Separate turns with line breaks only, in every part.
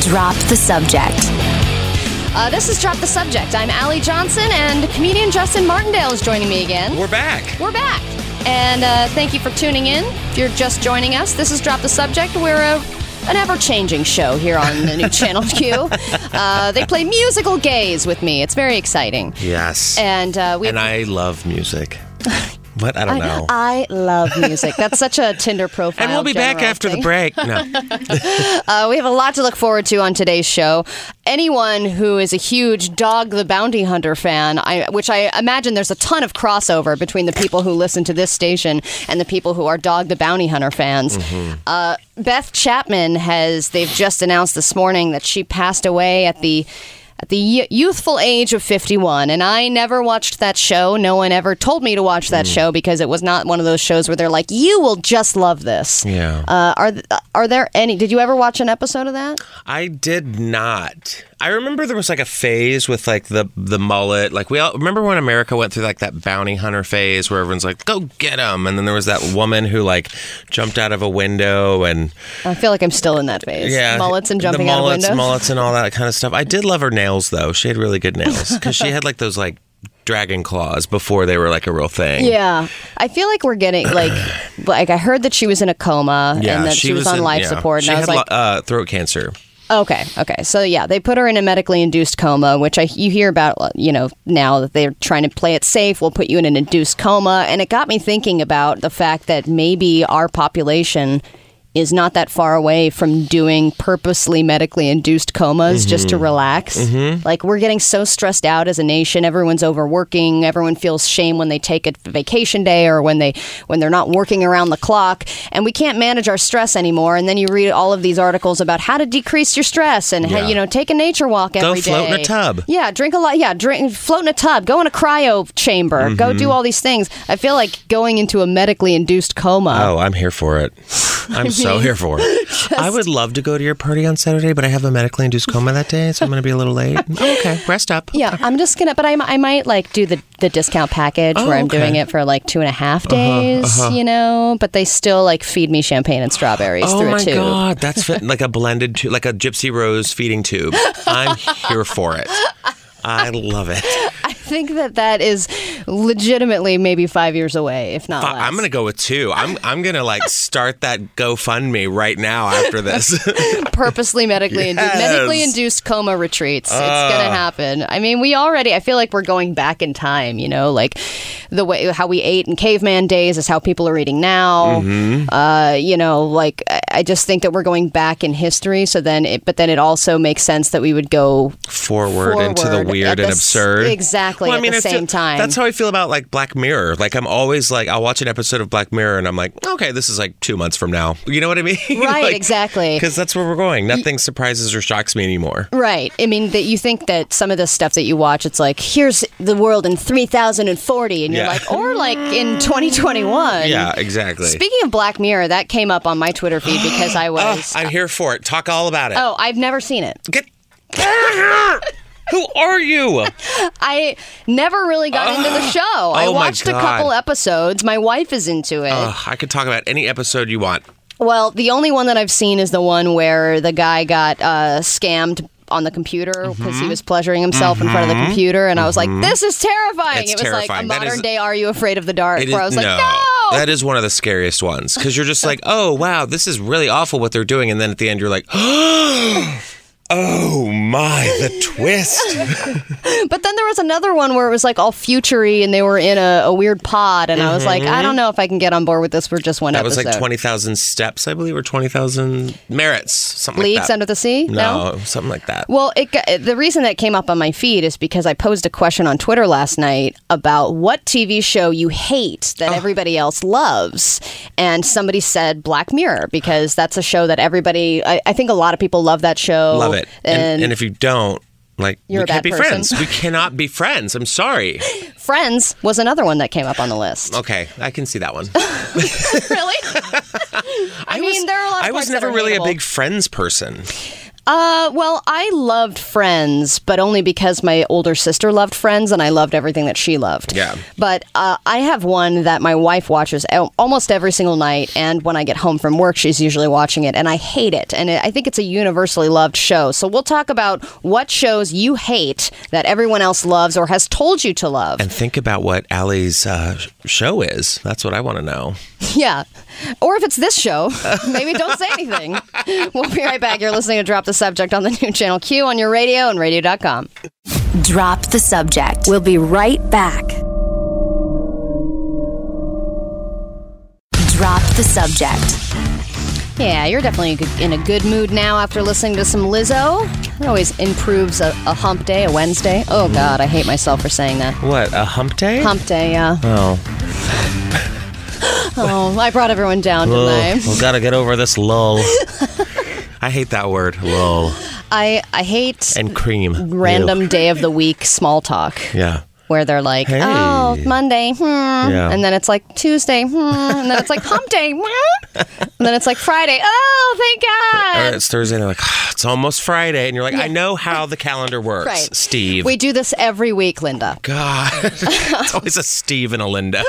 Drop the Subject. Uh, this is Drop the Subject. I'm Allie Johnson, and comedian Justin Martindale is joining me again.
We're back.
We're back. And uh, thank you for tuning in. If you're just joining us, this is Drop the Subject. We're a, an ever changing show here on the new Channel Q. Uh, they play musical gaze with me. It's very exciting.
Yes.
And uh, we
And I love music. But I don't know.
I love music. That's such a Tinder profile.
and we'll be back
general
after
thing.
the break. No.
Uh, we have a lot to look forward to on today's show. Anyone who is a huge Dog the Bounty Hunter fan, I, which I imagine there's a ton of crossover between the people who listen to this station and the people who are Dog the Bounty Hunter fans. Uh, Beth Chapman has, they've just announced this morning that she passed away at the at the y- youthful age of 51 and i never watched that show no one ever told me to watch that show because it was not one of those shows where they're like you will just love this
Yeah.
uh, are th- are there any? Did you ever watch an episode of that?
I did not. I remember there was like a phase with like the the mullet. Like we all remember when America went through like that bounty hunter phase where everyone's like, "Go get him!" And then there was that woman who like jumped out of a window and
I feel like I'm still in that phase.
yeah,
mullets and
the
jumping
mullets,
out of windows.
mullets and all that kind of stuff. I did love her nails though. She had really good nails because she had like those like dragon claws before they were like a real thing.
Yeah, I feel like we're getting like like I heard that she was in a coma and that she, was, on
in-
life
yeah.
support, and
She
I was
had
like,
lo- uh, throat cancer.
okay, okay. So yeah, they put her in a medically induced coma, which I you hear about uh, you know now that they're trying to play it safe. We'll put you in an induced coma, and it got me thinking about the fact that maybe our population. Is not that far away from doing purposely medically induced comas just to
Mm-hmm.
relax. Like we're getting so stressed out as a nation. Everyone's overworking. Everyone feels shame when they take a vacation day or when they when they're not working around the clock. And we can't manage our stress anymore. And then you read all of these articles about how to decrease your stress and how,
Yeah.
you know take a nature walk every day.
float in a tub.
Yeah, drink a lot. Yeah, drink float in a tub. Go in a cryo chamber. Go
Mm-hmm.
do all these things. I feel like going into a medically induced coma.
Oh, I'm here for it. I'm so here for it. I would love to go to your party on Saturday, but I have a medically induced coma that day, so I'm going to be a little late. Oh, okay, rest up.
Yeah, I'm just gonna, but I, I might like do the, the discount package
Oh,
where I'm
okay. Uh-huh,
doing it for like two and a half days, you know. But they still like feed me champagne and strawberries
Oh
through
my
it too.
god, that's fit, like a blended, tu- like a Gypsy Rose feeding tube. I'm here for it. I love it.
I think that that is legitimately maybe five years away, if not.
I-
less.
I'm gonna go with two. I'm I'm gonna like start that GoFundMe right now after this.
purposely medically induced,
Yes. Ah.
medically induced coma retreats. it's gonna happen. I mean, we already. I feel like we're going back in time. You know, like the way how we ate in caveman days is how people are eating now.
Mm-hmm.
Uh, you know, like I- I just think that we're going back in history. So then, it, but then it also makes sense that we would go
forward, into the
Forward at
weird
the
and
s-
absurd.
exactly, at the
it's
same time.
That's how I feel about like Black Mirror. Like I'm always like I'll watch an episode of Black Mirror and I'm like, okay, this is like two months from now. You know what I mean?
Right, exactly.
Because that's where we're going. Nothing surprises or shocks me anymore.
Right. I mean, that you think that some of the stuff that you watch, it's like, here's the world in 3040, and you're
Yeah.
like, or like in 2021.
Yeah, exactly.
Speaking of Black Mirror, that came up on my Twitter feed because I
Oh,
was.
I'm here for it. Talk all about it.
oh, I've never seen it.
Get, get out of here! Who are you?
I never really got into the show. I
Oh my
watched a couple
God. Ah.
episodes. My wife is into it.
Ugh, I could talk about any episode you want.
Well, the only one that I've seen is the one where the guy got uh, scammed on the computer because
Mm-hmm.
he was pleasuring himself in front of the computer, and I was like, "This is terrifying."
It's
it was like a
terrifying. That is-
modern day "Are You Afraid of the Dark?"
It
where I
is-
was like, "No."
That is one of the scariest ones because you're just like, oh wow, this is really awful what they're doing, and then at the end you're like, oh my, the twist.
but then there was another one where it was like all futury, and they were in a, a weird pod, and I was like, "I don't know if I can get on board with this for just one
Mm-hmm. That was
episode."
like twenty thousand steps, I believe, or twenty thousand merits, something
Leagues
like that.
Under the Sea.
no, something like that.
Well, it got, the reason that came up on my feed is because I posed a question on Twitter last night about what TV show you hate that everybody else loves, and somebody said Black Mirror because that's a show that everybody, I, I think a lot of people love that show.
Love it. And,
And,
and, if you don't, like,
You're
we
a
can't
bad
be
person.
friends. We cannot be friends. I'm sorry.
Friends was another one that came up on the list.
Okay, I can see that one.
really? I, mean, there are a lot. Of
I was
parts that
never
are
really a
hateable.
big Friends person.
Uh, well, I loved Friends, but only because my older sister loved Friends and I loved everything that she loved.
Yeah.
But uh, I have one that my wife watches al- almost every single night, and when I get home from work, she's usually watching it, and I hate it. And it, I think it's a universally loved show. So we'll talk about what shows you hate that everyone else loves or has told you to love.
And think about what Allie's uh, sh- show is. That's what I want to know.
Yeah. Or if it's this show, maybe don't say anything. We'll be right back. You're listening to Drop the Subject on the new channel Q on your radio and radio.com.
Drop the subject. We'll be right back. Drop the subject.
Yeah, you're definitely in a good mood now after listening to some Lizzo. It always improves a, a hump day, a Wednesday. Oh,
Mm.
God, I hate myself for saying that.
What, a hump day?
Hump day, yeah.
Oh.
Oh, I brought everyone down, didn't I?
Well, gotta get over this lull. I hate that word, lull.
I, I hate
And cream.
random
Ew.
day of the week small talk.
Yeah.
where they're like,
Hey.
"Oh, Monday," hmm. and then it's like Tuesday, hmm. and then it's like Hump Day, hmm. and then it's like Friday. Oh,
Or
thank God!
it's Thursday, and they're like, "Ah, it's almost Friday. And you're like, I know how the calendar works,
Right.
Steve.
We do this every week, Linda.
God. it's always a Steve and a Linda.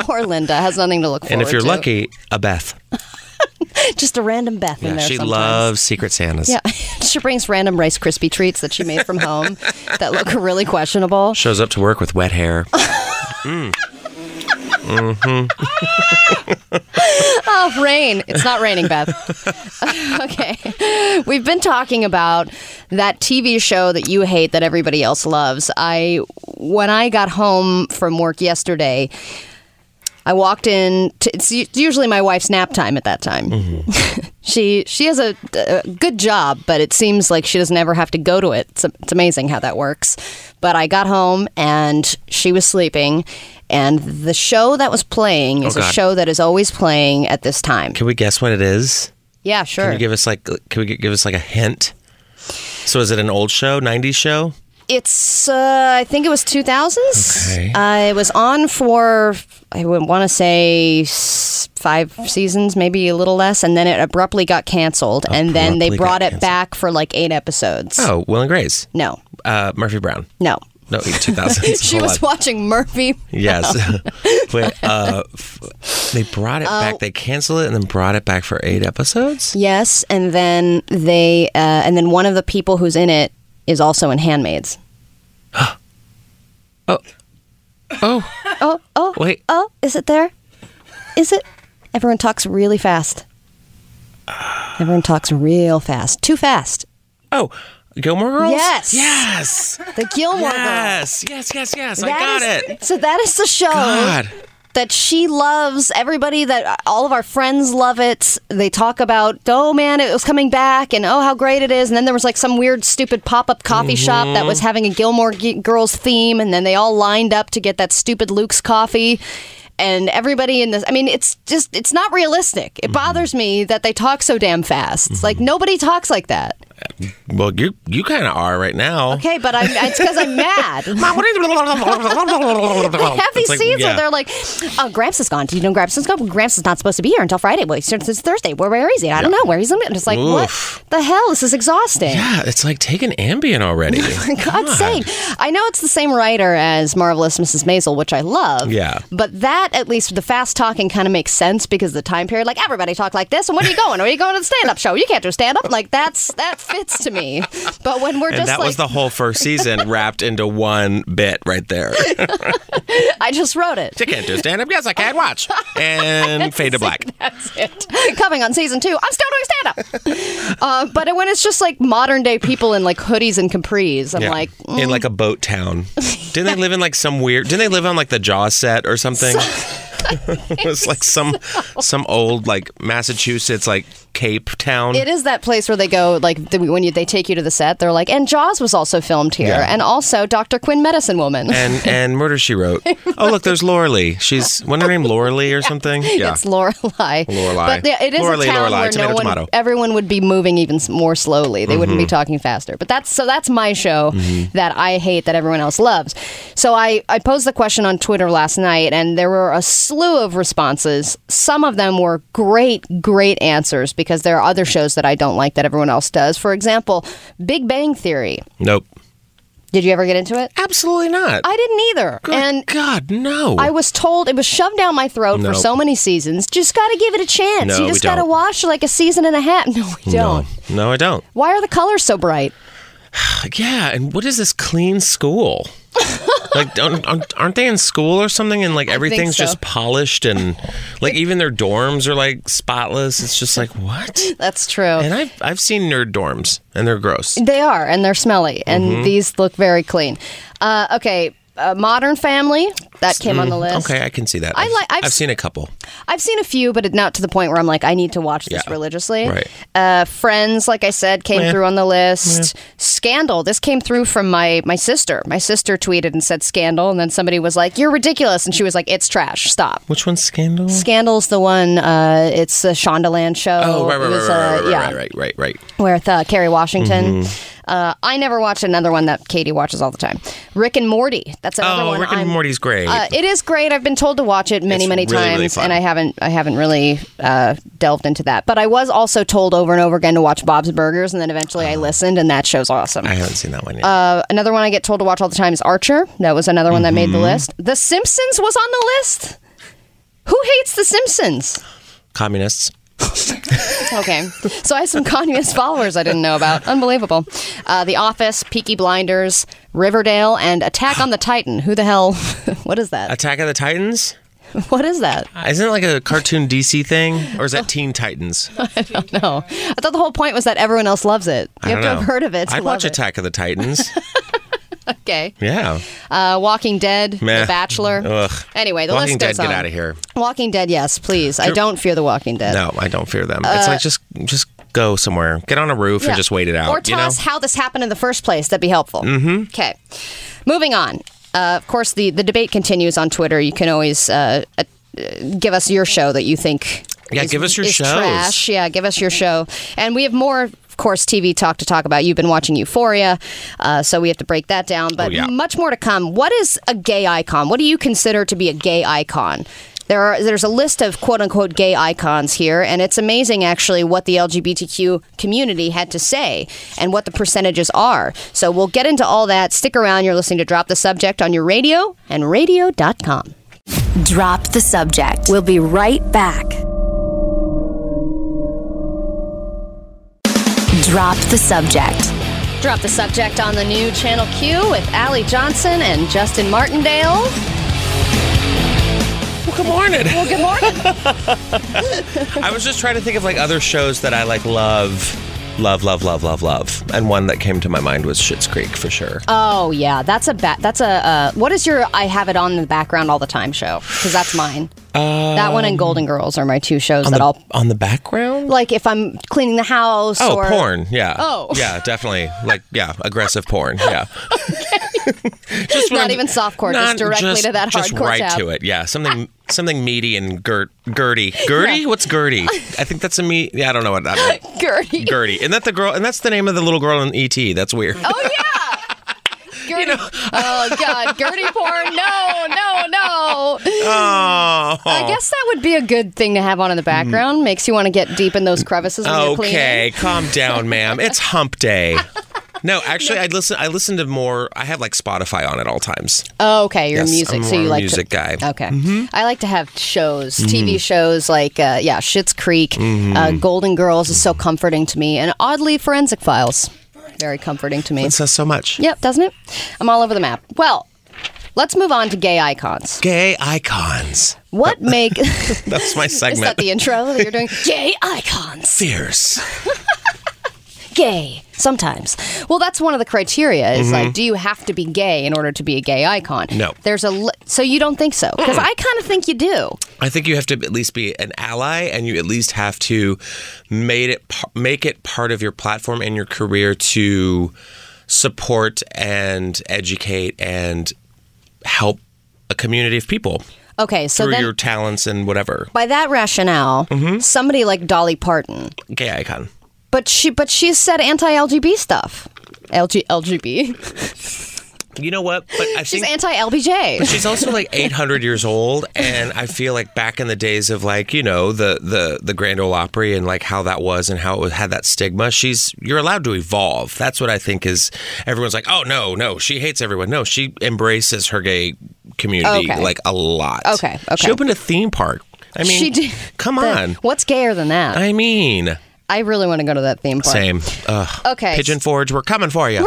Poor Linda has nothing to look forward to.
and if you're lucky, a Beth.
just a random Beth in
Yeah,
there.
she
sometimes.
loves Secret Santas.
Yeah, she brings random Rice Krispie treats that she made from home that look really questionable.
Shows up to work with wet hair.
Oh, rain. It's not raining, Beth. okay. We've been talking about that TV show that you hate that everybody else loves. I when I got home from work yesterday, I walked in to, it's u- usually my wife's nap time at that time. she she has a, a good job, but it seems like she doesn't ever have to go to it. It's, it's amazing how that works. But I got home and she was sleeping. And the show that was playing is
Oh,
a
God.
show that is always playing at this time.
Can we guess what it is?
Yeah, sure.
Can you give us like can we g- give us like a hint? So is it an old show, 90s show?
It's uh, I think it was 2000s.
Okay.
Uh, it was on for I would want to say s- five seasons, maybe a little less, and then it abruptly got canceled. and then they
Abruptly
brought
got
it back for like eight episodes.
Oh, Will and Grace.
No,
Uh, Murphy Brown.
no.
No, 2000.
She was watching Murphy.
Yes. Wait, uh, f- they brought it
Oh.
back. They canceled it and then brought it back for eight episodes?
Yes, and then they uh, and then one of the people who's in it is also in Handmaids.
Oh. Oh.
Oh, oh,
Wait.
oh! Is it there? Is it? Everyone talks really fast. Everyone talks real fast, too fast.
Oh. Gilmore Girls?
Yes.
Yes.
The Gilmore Girls.
Yes. Yes, yes, yes. I got
That is-
it.
So that is the show
God.
that she loves. Everybody that all of our friends love it. They talk about, oh man, it was coming back, and oh how great it is. And then there was like some weird, stupid pop up coffee
Mm-hmm.
shop that was having a Gilmore G- Girls theme, and then they all lined up to get that stupid Luke's coffee. And everybody in this, I mean, it's just, it's not realistic.
Mm-hmm.
It bothers me that they talk so damn fast. It's Like, nobody talks like that.
Well, you you kind of are right now.
Okay, but I'm, it's because I'm mad.
Mom, what are you
They have these scenes where they're like, "Oh, Gramps is gone. Do you know Gramps is gone? Gramps is not supposed to be here until Friday. Well, since it's Thursday, where where is he? I don't know where he's. I'm just like,
Oof.
what the hell? This is exhausting.
Yeah, it's like take an Ambien already.
For God's sake. I know it's the same writer as Marvelous Mrs. Maisel, which I love.
Yeah.
But that, at least the fast talking, kind of makes sense because the time period, like everybody talk like this. And where are you going? Are you going to the stand up show? You can't do stand up. Like that's that fits to me. But when we're
And
just
that
like,
was the whole first season wrapped into one bit right there.
I just wrote it.
you can't do stand up. Yes, I can watch. And fade to black.
That's it. Coming on season two, I'm still doing stand up. uh, but when it's just like modern day people in like hoodies and capris, I'm
Yeah.
like, mm,
in like a boat town. Didn't they live in like some weird? Didn't they live on like the Jaw set or something? it was like some some old like Massachusetts like Cape town.
it is that place where they go like the, when you, they take you to the set, they're like, and Jaws was also filmed here,
Yeah.
and also Dr. Quinn Medicine Woman.
and and Murder She Wrote. Oh look, there's Laura Lee. She's what's her name? Laura Lee or something? Yeah.
It's Lorelei.
Lorelei.
But yeah, it is
Lorelei,
a town
Lorelei,
where
tomato,
no one,
tomato. Mm-hmm.
everyone would be moving even s- more slowly. They wouldn't be talking faster. But that's so that's my show that I hate that everyone else loves. So I I posed the question on Twitter last night, and there were a slew of responses. Some of them were great, great answers because there are other shows that I don't like that everyone else does. For example, Big Bang Theory.
Nope.
Did you ever get into it?
Absolutely not.
I didn't either.
Good
and
God, no.
I was told it was shoved down my throat for
Nope.
so many seasons. Just got to give it a chance.
No,
you
we
just got to
don't.
watch like a season and a half. No, we don't.
no. no, I don't.
Why are the colors so bright?
Yeah, and what is this clean school? like, don't, aren't- aren't they in school or something? And like everything's
so.
just polished and like even their dorms are like spotless. It's just like what?
That's true.
And I've I've seen nerd dorms and they're gross.
They are, and they're smelly, and
Mm-hmm.
these look very clean. Uh, okay, uh, Modern Family that came on the list.
Mm, Okay, I can see that.
I like- I've
I've,
s-
seen a couple.
I've seen a few, but not to the point where I'm like, I need to watch this
Yeah,
religiously.
right.
Uh, Friends, like I said, came
Meh.
through on the list. Scandal, this came through from my my sister. My sister tweeted and said Scandal, and then somebody was like, "You're ridiculous," and she was like, "It's trash. Stop."
Which one's Scandal?
Scandal's the one. Uh, it's a Shondaland show.
oh, right,
It
right,
was,
right, right,
uh,
right,
yeah,
right, right, right, right.
with uh, Kerry Washington. Uh, I never watched another one that Katie watches all the time. Rick and Morty. That's another
Oh,
one.
Rick and
I'm-
Morty's great.
Uh, it is great. I've been told to watch it many,
It's
many
really, really
times,
fun.
and I haven't. I haven't really uh, delved into that. But I was also told over and over again to watch Bob's Burgers, and then eventually I listened, and that show's awesome.
I haven't seen that one yet.
Uh, another one I get told to watch all the time is Archer. That was another one that made the list. The Simpsons was on the list. Who hates The Simpsons?
Communists.
Okay. So I have some communist followers I didn't know about. Unbelievable. Uh, the Office, Peaky Blinders, Riverdale, and Attack on the Titan. Who the hell? what is that?
Attack of the Titans?
What is that?
Isn't it like a cartoon DC thing? Or is that Teen Titans?
No. I thought the whole point was that everyone else loves it. You
I
have
don't
to
know.
have heard of it. to
I'd
love
watch
it.
Attack of the Titans.
Okay.
yeah.
Uh, Walking Dead,
Meh.
The Bachelor.
Ugh.
Anyway, the
Walking
list
Dead,
goes
get
on.
out of here.
Walking Dead, yes, please. I don't fear The Walking Dead.
No, I don't fear them. it's like just just go somewhere, get on a roof,
Uh, Yeah.
and just wait it out.
Or tell
you know,
us how this happened in the first place. That'd be helpful. Mm-hmm. Okay. Moving on. Uh, of course, the, the debate continues on Twitter. You can always uh, uh, give us your show that you think.
Yeah,
is-
give us your
is
shows.
Trash. Yeah, give us your show. And we have more, of course, TV talk to talk about. You've been watching Euphoria, uh, so we have to break that down. But
Oh, yeah.
much more to come. What is a gay icon? What do you consider to be a gay icon? There are there's a list of quote unquote gay icons here, and it's amazing actually what the LGBTQ community had to say and what the percentages are. So we'll get into all that. Stick around. You're listening to Drop the Subject on your radio and radio.com.
Drop the subject. We'll be right back. Drop the subject.
Drop the subject on the new Channel Q with Allie Johnson and Justin Martindale.
well, good morning.
Well, good morning.
I was just trying to think of like other shows that I like love, love, love, love, love, love, and one that came to my mind was Schitt's Creek for sure.
oh yeah, that's a ba- that's a uh, what is your I have it on in the background all the time show because that's mine. that one and Golden Girls are my two shows that I'll
Uh, um, on the background.
like if I'm cleaning the house
Oh,
or
porn. Yeah.
Oh.
Yeah, definitely. Like, yeah, aggressive porn. Yeah. just when
Not
I'm-
even softcore, just
not-
directly
just-
to that
Just
hardcore
right
tab.
to it. Yeah. Something something meaty and girt, girty. Gertie? What's Gertie? I think that's a me. Yeah, I don't know what that meant.
Gertie.
Gertie. And that the girl and that's the name of the little girl in E.T. That's weird.
Oh yeah. Gertie. oh god, Gertie porn. No, no, no.
Oh. Hmm.
I guess that would be a good thing to have on in the background. Makes you want to get deep in those crevices when you're cleaning.
Okay, calm down, ma'am. It's hump day. No, actually, I listen. I listen to more. I have like Spotify on at all times.
Oh, okay, you're
Yes,
music,
I'm
so
more
you
a
like
music
to,
guy. Mm-hmm.
Okay, I like to have shows, TV shows like uh, yeah, Schitt's Creek, uh, Golden Girls is so comforting to me, and oddly, Forensic Files, very comforting to me.
It says so much.
Yep, doesn't it? I'm all over the map. Well, let's move on to gay icons.
Gay icons.
What make is
That's my segment.
that the intro that you're doing? gay icons.
fierce.
Gay. Sometimes. Well, that's one of the criteria is like, do you have to be gay in order to be a gay icon?
Mm-hmm. No.
There's a li- so you don't think so because I kind of think you do.
I think you have to at least be an ally, and you at least have to made it par- make it part of your platform and your career to support and educate and help a community of people
Okay, so
through
then
your Mm-hmm. talents and whatever.
by that rationale, somebody like Dolly Parton,
Gay icon.
but she but she's said anti-LGB stuff. LG LGB.
You know what? But I
She's
think
anti LBJ.
She's also like 800 years old, and I feel like back in the days of like you know the the the Grand Ole Opry and like how that was and how it was, had that stigma. She's you're allowed to evolve. That's what I think is. Everyone's like, oh no, no, she hates everyone. No, she embraces her gay community
Okay.
like a lot.
Okay, okay.
She opened a theme park. I mean,
She did-
Come on.
What's gayer than that? I,
I mean,
really want to go to that theme park.
same. Ugh.
Okay.
Pigeon Forge, we're coming for you.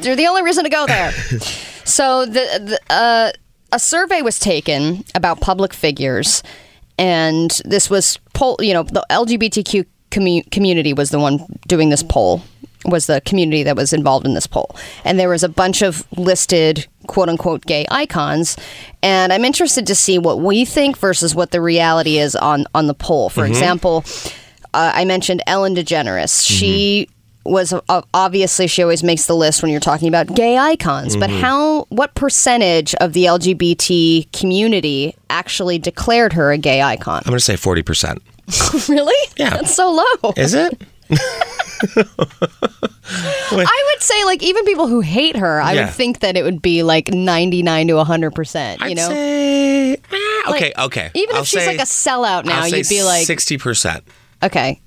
They're the only reason to go there. so the, the uh, a survey was taken about public figures, and this was poll. You know, the LGBTQ commu- community was the one doing this poll. Was the community that was involved in this poll, and there was a bunch of listed quote unquote gay icons, and I'm interested to see what we think versus what the reality is on on the poll. For example, uh, I mentioned Ellen DeGeneres. She was uh, obviously she always makes the list when you're talking about gay icons but
Mm-hmm.
how what percentage of the lgbt community actually declared her a gay icon
I'm gonna say 40. percent
really
Yeah.
that's so low
Is it?
i would say like even people who hate her i
Yeah.
would think that it would be like 99 to 100% you
I'd
know
say- ah,
Like,
okay, okay.
even
I'll
if she's
say-
like a sellout now
I'll say
you'd be like
60%.
okay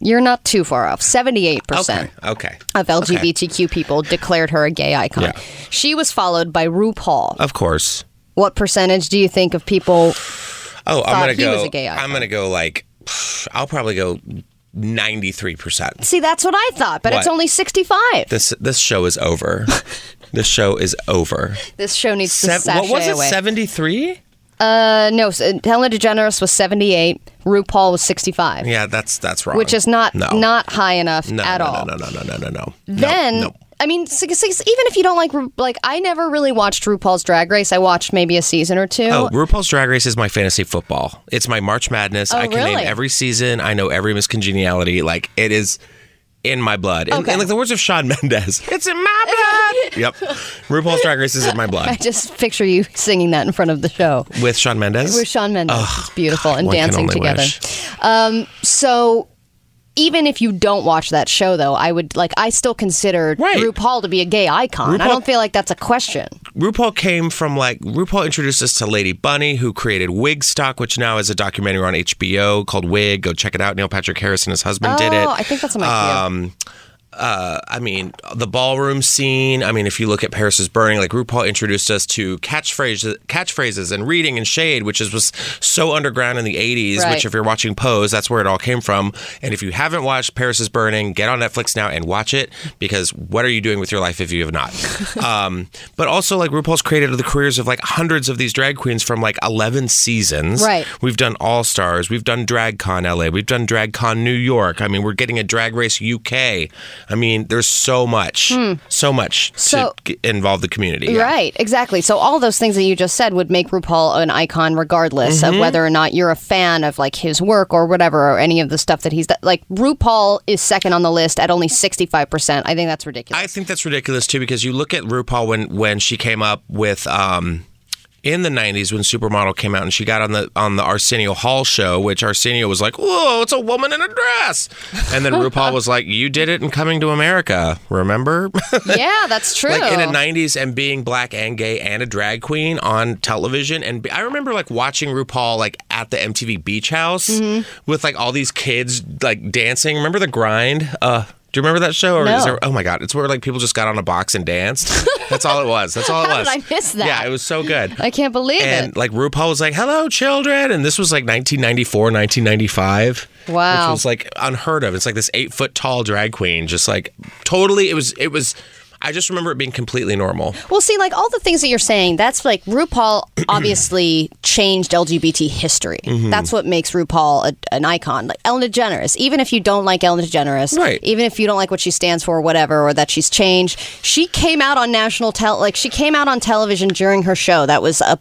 you're not too far off 78%
Okay. Okay.
of LGBTQ people declared her a gay icon.
Yeah.
She was followed by RuPaul.
Of course.
What percentage do you think of people
Oh, I'm going to
he
go
was a gay icon.
I'm going to go like I'll probably go 93%.
See, that's what I thought, but it's
What?
only 65.
This this show is over. this show is over.
This show needs to
Sev-
sashay
what was it?
away.
73?
uh, no, s- Helen DeGeneres was 78, RuPaul was 65,
Yeah, that's that's wrong.
which is not
no.
not high enough
no,
at
no,
all.
No, no, no, no, no, no, no.
Then
no.
I mean, six, six, even if you don't like Ru- like I never really watched RuPaul's Drag Race. I watched maybe a season or two.
Oh, RuPaul's Drag Race is my fantasy football. It's my March Madness. I can
Oh, really?
name every season. I know every miscongeniality. Like it is in my blood. And,
Okay.
and like the words of Sean Mendez, it's in my blood. yep. RuPaul's Drag Race is in my blood
Just picture you singing that in front of the show.
with Sean Mendez.
With Sean Mendes. it's beautiful and
one can
dancing
only
together.
wish.
Um, so even if you don't watch that show, though, I would like I still consider
Right.
RuPaul to be a gay icon. I
RuPaul-
don't feel like that's a question.
RuPaul came from like RuPaul introduced us to Lady Bunny, who created Wigstock, which now is a documentary on HBO called Wig. Go check it out. Neil Patrick Harris and his husband did it.
Oh, I think that's on my queue.
um, uh, I mean, the ballroom scene. I mean, if you look at Paris is Burning, like RuPaul introduced us to catchphrases, catchphrases and reading and shade, which is, was so underground in the 80s,
Right.
which if you're watching Pose, that's where it all came from. And if you haven't watched Paris is Burning, get on Netflix now and watch it because what are you doing with your life if you have not? um, but also, like, RuPaul's created the careers of like hundreds of these drag queens from like 11 seasons.
Right.
We've done All Stars. We've done Drag Con LA. We've done Drag Con New York. I mean, we're getting a Drag Race UK. I mean, there's so much, so much
Hmm. So-
to g- involve the community. yeah.
Right, exactly. So all those things that you just said would make RuPaul an icon, regardless
Mm-hmm.
of whether or not you're a fan of like his work or whatever, or any of the stuff that he's done. like. RuPaul is second on the list at only sixty five percent. I think that's ridiculous.
I think that's ridiculous too because you look at RuPaul when when she came up with um in the 90s when Supermodel came out and she got on the on the Arsenio Hall show which Arsenio was like, "Whoa, it's a woman in a dress." And then RuPaul was like, "You did it in coming to America." Remember?
yeah, that's true.
like in the 90s and being black and gay and a drag queen on television and be- i remember like watching rupaul like at the mtv beach house
Mm-hmm.
with like all these kids like dancing remember the grind uh do you remember that show? Or is
No.
there- oh my god, it's where like people just got on a box and danced. That's all it was. That's all it
How
was.
did I miss that?
Yeah, it was so good.
I can't believe
and
it.
like RuPaul was like, "Hello, children," and this was like 1994, 1995.
Wow.
which was like unheard of. It's like this eight foot tall drag queen, just like totally. It was. It was. I just remember it being completely normal.
Well, see, like all the things that you're saying, that's like RuPaul obviously changed LGBT history. That's what makes RuPaul a, an icon. Like Ellen DeGeneres, even if you don't like Ellen DeGeneres,
Right.
even if you don't like what she stands for, or whatever, or that she's changed, she came out on national tel like she came out on television during her show. That was a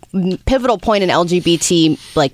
pivotal point in LGBT like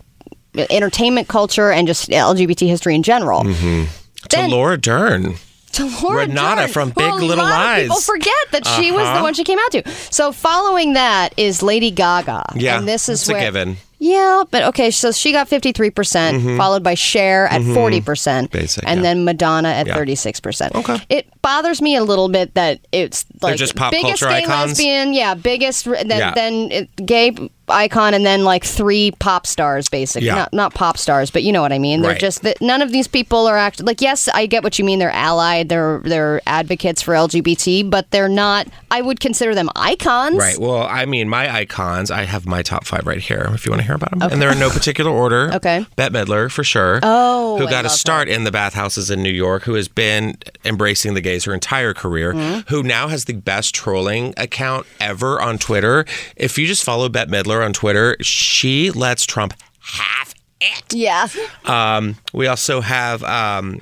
entertainment culture and just LGBT history in general. Then-
to Laura Dern.
to Laura
Renata
Jordan,
from
who
Big
a
Little
lot of people
Lies. Uh-huh.
forget that she was the one she came out to. So following that is Lady Gaga.
Yeah,
and this is
that's a
where
given.
Yeah, Yeah, but okay, so she got 53%, percent followed by Cher at 40%,
Mm-hmm. Basic,
and
yeah.
then Madonna at 36%.
Okay.
It bothers me a little bit that it's like
just pop
biggest
culture
gay
icons?
lesbian, yeah, biggest then
Yeah.
then it, gay icon and then like three pop stars basically.
Yeah.
Not not pop stars, but you know what I mean. They're
Right.
just that none of these people are act like yes, I get what you mean they're allied, they're they're advocates for LGBT, but they're not I would consider them icons.
Right. Well, I mean, my icons, I have my top five right here if you want to hear about them. And they're in no particular order.
Okay.
Bette Midler, for sure.
Oh,
Who
I
got a
love
start in the bathhouses in New York, who has been embracing the gays her entire career,
Mm-hmm.
who now has the best trolling account ever on Twitter. If you just follow Bette Midler on Twitter, she lets Trump have it.
Yeah.
Um, we also have, um,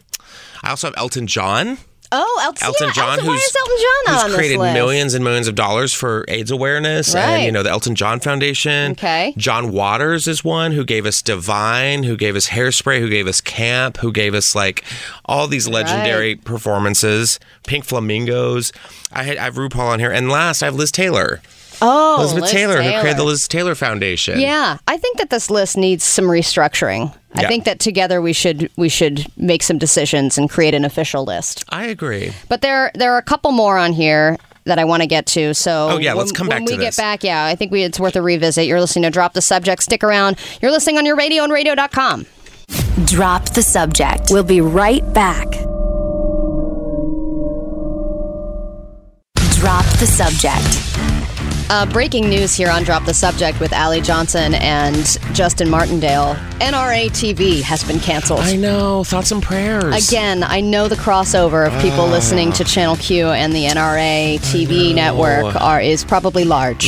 I also have Elton John.
Oh, Elton,
Elton
yeah,
John,
Elton, why
who's,
is Elton John
who's
on this
created
list?
millions and millions of dollars for AIDS awareness, and
Right.
you know the Elton John Foundation.
Okay.
John Waters is one who gave us Divine, who gave us Hairspray, who gave us Camp, who gave us like all these legendary performances. Pink Flamingos. I, had, I have RuPaul on here, and last I have Liz Taylor,
Oh,
Elizabeth
Liz
Taylor, who created the Liz Taylor Foundation.
Yeah, I think that this list needs some restructuring.
Yeah.
I think that together we should we should make some decisions and create an official list.
I agree.
But there there are a couple more on here that I want to get to. So
Oh, yeah,
when,
let's come back
when
to
we
this.
get back. Yeah, I think we, it's worth a revisit. You're listening to Drop the Subject. Stick around. You're listening on your radio and radio.com.
Drop the subject. We'll be right back. Drop the subject.
Uh, breaking news here on Drop the Subject with Ali Johnson and Justin Martindale. NRA TV has been canceled.
I know. Thoughts and prayers.
Again, I know the crossover of people listening to Channel Q and the NRA TV network are is probably large.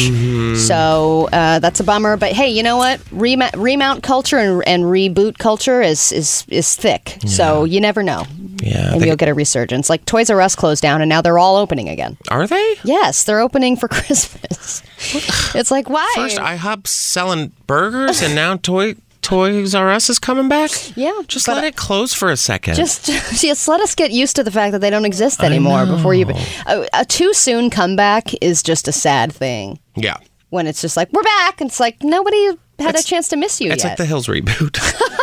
So uh, that's a bummer. But hey, you know what? Rema- remount culture and, and reboot culture is is is thick. So you never know.
Yeah.
Maybe
they-
you'll get a resurgence. Like Toys R Us closed down, and now they're all opening again.
are they?
Yes, they're opening for Christmas. it's like why?
First, IHOP selling burgers, and now Toy Toys R Us is coming back.
Yeah,
just
but-
let it close for a second.
just just let us get used to the fact that they don't exist anymore before you a, a too soon comeback is just a sad thing
yeah,
when it's just like we're back and it's like nobody had a chance to miss you
it's like
yet
the Hills reboot.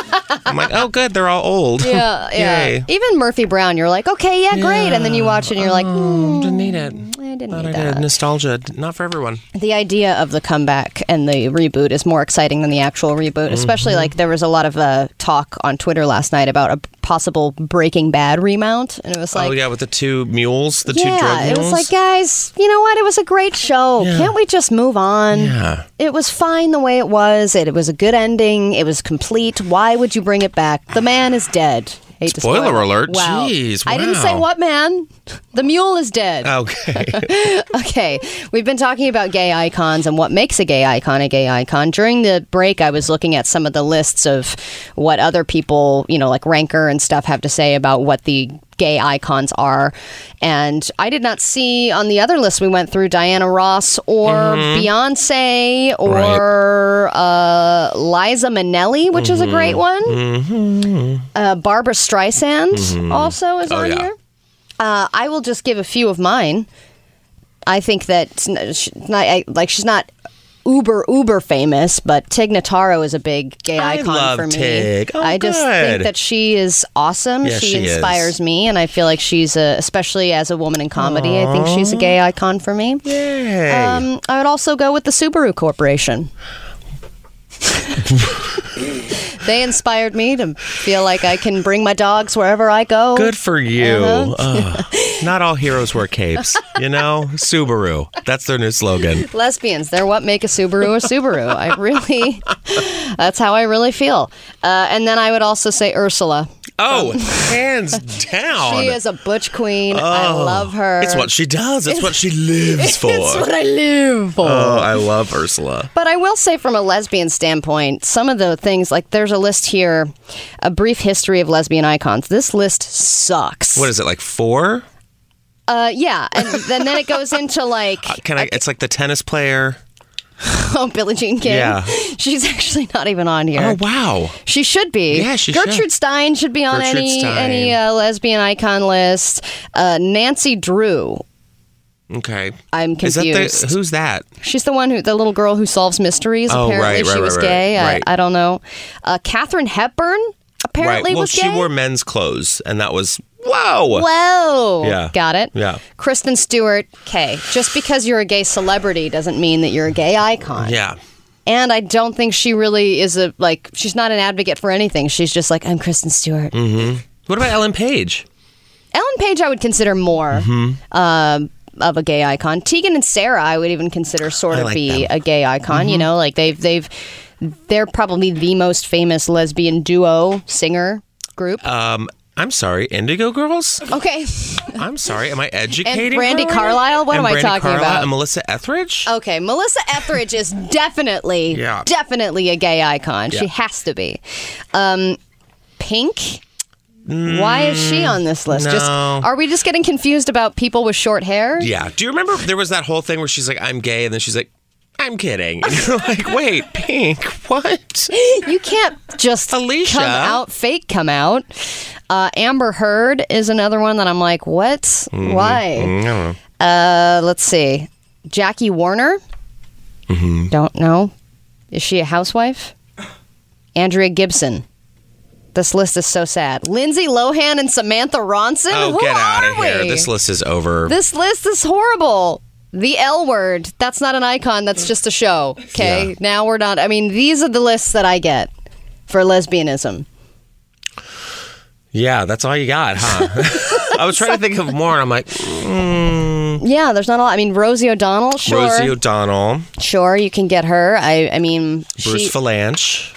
I'm like, oh, good, they're all old.
yeah, yeah.
Yay.
Even Murphy Brown, you're like, okay, yeah, great, and then you watch it and you're like, mm.
Didn't need it.
I didn't
uh-huh. Thought
need
I did.
that.
Nostalgia, not for everyone.
the idea of the comeback and the reboot is more exciting than the actual reboot. Especially
Mm-hmm.
like there was a lot of uh, talk on Twitter last night about a possible Breaking Bad remount, and it was like,
oh yeah, with the two mules, the two drug
Yeah,
mules.
it was like, guys, you know what? It was a great show. Can't we just move on?
Yeah.
It was fine the way it was. It, it was a good ending. It was complete. Why would you bring it back? The man is dead. Hate to
Spoiler
spoil it.
alert.
Wow.
Jeez,
I didn't say
wow. Oh,
what man. The mule is dead.
okay.
Okay, we've been talking about gay icons and what makes a gay icon a gay icon. During the break, I was looking at some of the lists of what other people, you know, like Ranker and stuff, have to say about what the gay icons are. And I did not see on the other list we went through Diana Ross or
Mm-hmm.
Beyonce or uh, Liza Minnelli, which
Mm-hmm.
is a great one. Uh, Barbara Streisand also is
Oh,
on
yeah.
here. Uh, I will just give a few of mine. I think that it's n- she's not, I, like she's not uber uber famous, but Tig Notaro is a big gay
I
icon
love
for me.
Tig. Oh,
I just think
good.
that she is awesome.
Yeah, she is.
inspires me, and I feel like she's a, especially as a woman in comedy. I think she's a gay icon for me.
Yay.
Um, I would also go with the Subaru Corporation. they inspired me to feel like I can bring my dogs wherever I go.
Good for you.
Uh-huh.
Ugh. not all heroes wear capes, you know? Subaru. That's their new slogan.
lesbians. They're what make a Subaru a Subaru. I really, that's how I really feel. Uh, and then I would also say Ursula.
Oh, hands down.
Um, She is a butch queen. I love her.
Oh. It's what she does. It's what she lives for.
It's what I live for.
oh, I love Ursula.
But I will say, from a lesbian standpoint, some of the things like there's a list here, a brief history of lesbian icons. This list sucks.
What is it like four?
Uh, yeah, and then, then it goes into like
Can I? It's like the tennis player.
oh, Billie Jean King.
Yeah.
She's actually not even on here.
Oh wow!
She should be.
Yeah, she
Gertrude
should.
Stein should be on
Gertrude
any
Stein.
any uh, lesbian icon list. Uh, Nancy Drew
Okay.
I'm
Is that
confused.
the, who's that?
She's the one who, the little girl who solves mysteries.
Oh,
apparently,
right,
she
right,
was
right,
gay.
right.
I, I don't know. Uh, Catherine Hepburn apparently
right. Well,
was gay.
she wore men's clothes, and that was whoa.
Whoa.
Yeah.
Got it?
Yeah.
Kristen Stewart, K. Just because you're a gay celebrity doesn't mean that you're a gay icon.
Yeah.
And I don't think she really is a, like, she's not an advocate for anything. She's just like, I'm Kristen Stewart.
What about Ellen Page?
Ellen Page, I would consider more
Mm-hmm.
um, of a gay icon. Tegan and Sarah, I would even consider sort
I
of
like
be
them. Mm-hmm.
a gay icon. You know, like they've they've they're probably the most famous lesbian duo singer group.
Uh. I'm sorry, Indigo Girls.
okay,
I'm sorry. Am I educating? her
Brandy
right now?
Carlile? What am
And
I
Brandy
talking
Carlile
about? Oh.
And Melissa Etheridge.
okay. Melissa Etheridge is definitely
Yeah.
definitely a gay icon. She
Yeah.
has to be. Um, Pink. Why is she on this list? Just
Mm, no.
are we just getting confused about people with short hair?
Yeah. Do you remember there was that whole thing where she's like, "I'm gay," and then she's like, "I'm kidding." And you're like, "Wait, Pink, what?"
You can't just
Alicia.
come out fake. Come out. Uh, Amber Heard is another one that I'm like, what?
Mm-hmm.
Why?
No.
Uh, let's see. Jackie Warner.
Mm-hmm.
Don't know. Is she a housewife? Andrea Gibson. This list is so sad. Lindsay Lohan and Samantha Ronson.
Oh,
Who
get out
are
of here!
we?
This list is over.
This list is horrible. The L word. That's not an icon. That's just a show. Okay.
Yeah.
Now we're not. I mean, these are the lists that I get for lesbianism.
yeah, that's all you got, huh? I was trying to think of more, and I'm like,
Yeah, there's not a lot. I mean, Rosie O'Donnell. Sure.
Rosie O'Donnell,
sure, you can get her. I. I mean,
Bruce
she.
Valanche.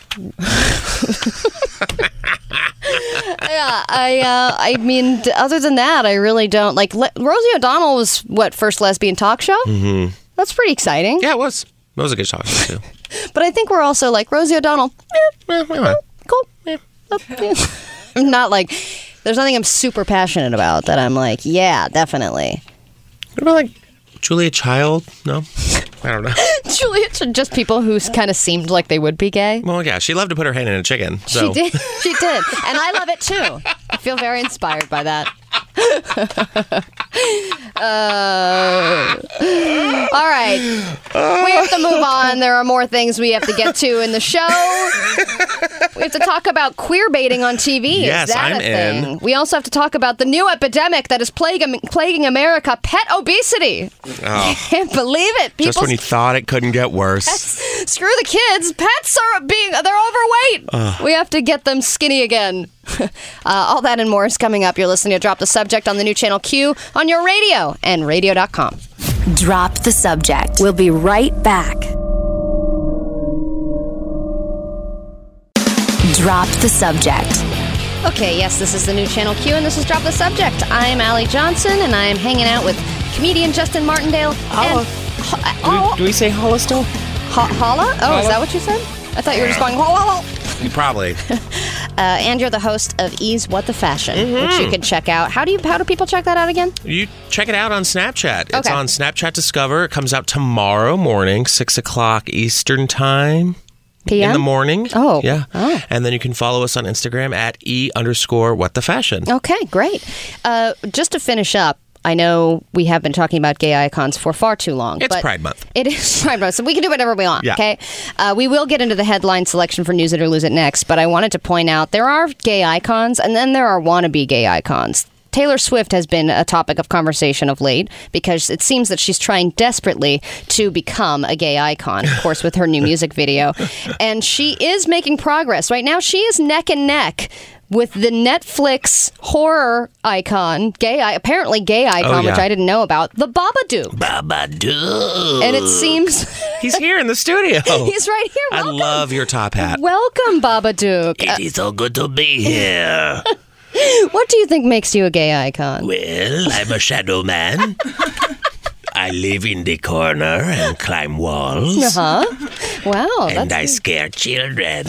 yeah. I. Uh, I mean, d- other than that, I really don't like. Le- Rosie O'Donnell was what first lesbian talk show. Mm-hmm. That's pretty exciting.
Yeah, it was. It was a good talk show too.
But I think we're also like Rosie O'Donnell. eh,
Eh, anyway.
cool. Okay. I'm not like there's nothing I'm super passionate about that I'm like, yeah, definitely.
What about like Julia Child? No, I don't know.
Julia, just people who kind of seemed like they would be gay.
Well, yeah, she loved to put her hand in a chicken. So.
She did. She did. And I love it too. I feel very inspired by that. Uh, all right. We have to move on. There are more things we have to get to in the show. We have to talk about queer baiting on TV. Is
Yes,
that
I'm
a thing?
in.
We also have to talk about the new epidemic that is plaguing, plaguing America pet obesity. I can't believe it. People
Oh. Just when you thought it couldn't get worse.
screw the kids. Pets are being they're overweight. We have to get them skinny again. uh, all that and more is coming up. You're listening to Drop the Subject on the new channel Q on your radio and radio.com.
Drop the subject. We'll be right back. Drop the subject.
Uh-huh.
Okay, yes, this is the new channel Q and this is Drop the Subject. I am Allie Johnson and I am hanging out with comedian Justin Martindale and Ho-
Do we say holla still?
Ho- Holla? Oh, is that what you said? I thought you were just going holla. holla.
Probably.
Uh, and you're the host of Ease What the Fashion, which you can check out. How do you how do people check that out again?
You check it out on Snapchat. It's
Okay.
on Snapchat Discover. It comes out tomorrow morning, six o'clock Eastern time.
PM?
In the morning.
Oh.
Yeah.
Oh.
And then you can follow us on Instagram at E underscore what the fashion.
Okay, great. Uh, just to finish up, I know we have been talking about gay icons for far too long.
It's
but
Pride Month.
It is Pride Month, so we can do whatever we want.
Yeah.
Okay, uh, we will get into the headline selection for News It or Lose It next. But I wanted to point out there are gay icons, and then there are wannabe gay icons. Taylor Swift has been a topic of conversation of late because it seems that she's trying desperately to become a gay icon, of course, with her new music video. And she is making progress. Right now, she is neck and neck with the Netflix horror icon, gay apparently gay icon,
Oh, yeah.
which I didn't know about, the Babadook.
Babadoo.
And it seems
He's here in the studio.
he's right here.
I
Welcome.
love your top hat.
Welcome, Babadook.
it is so good to be here.
What do you think makes you a gay icon?
Well, I'm a shadow man. I live in the corner and climb walls.
Huh? Wow,
And
that's,
I scare children.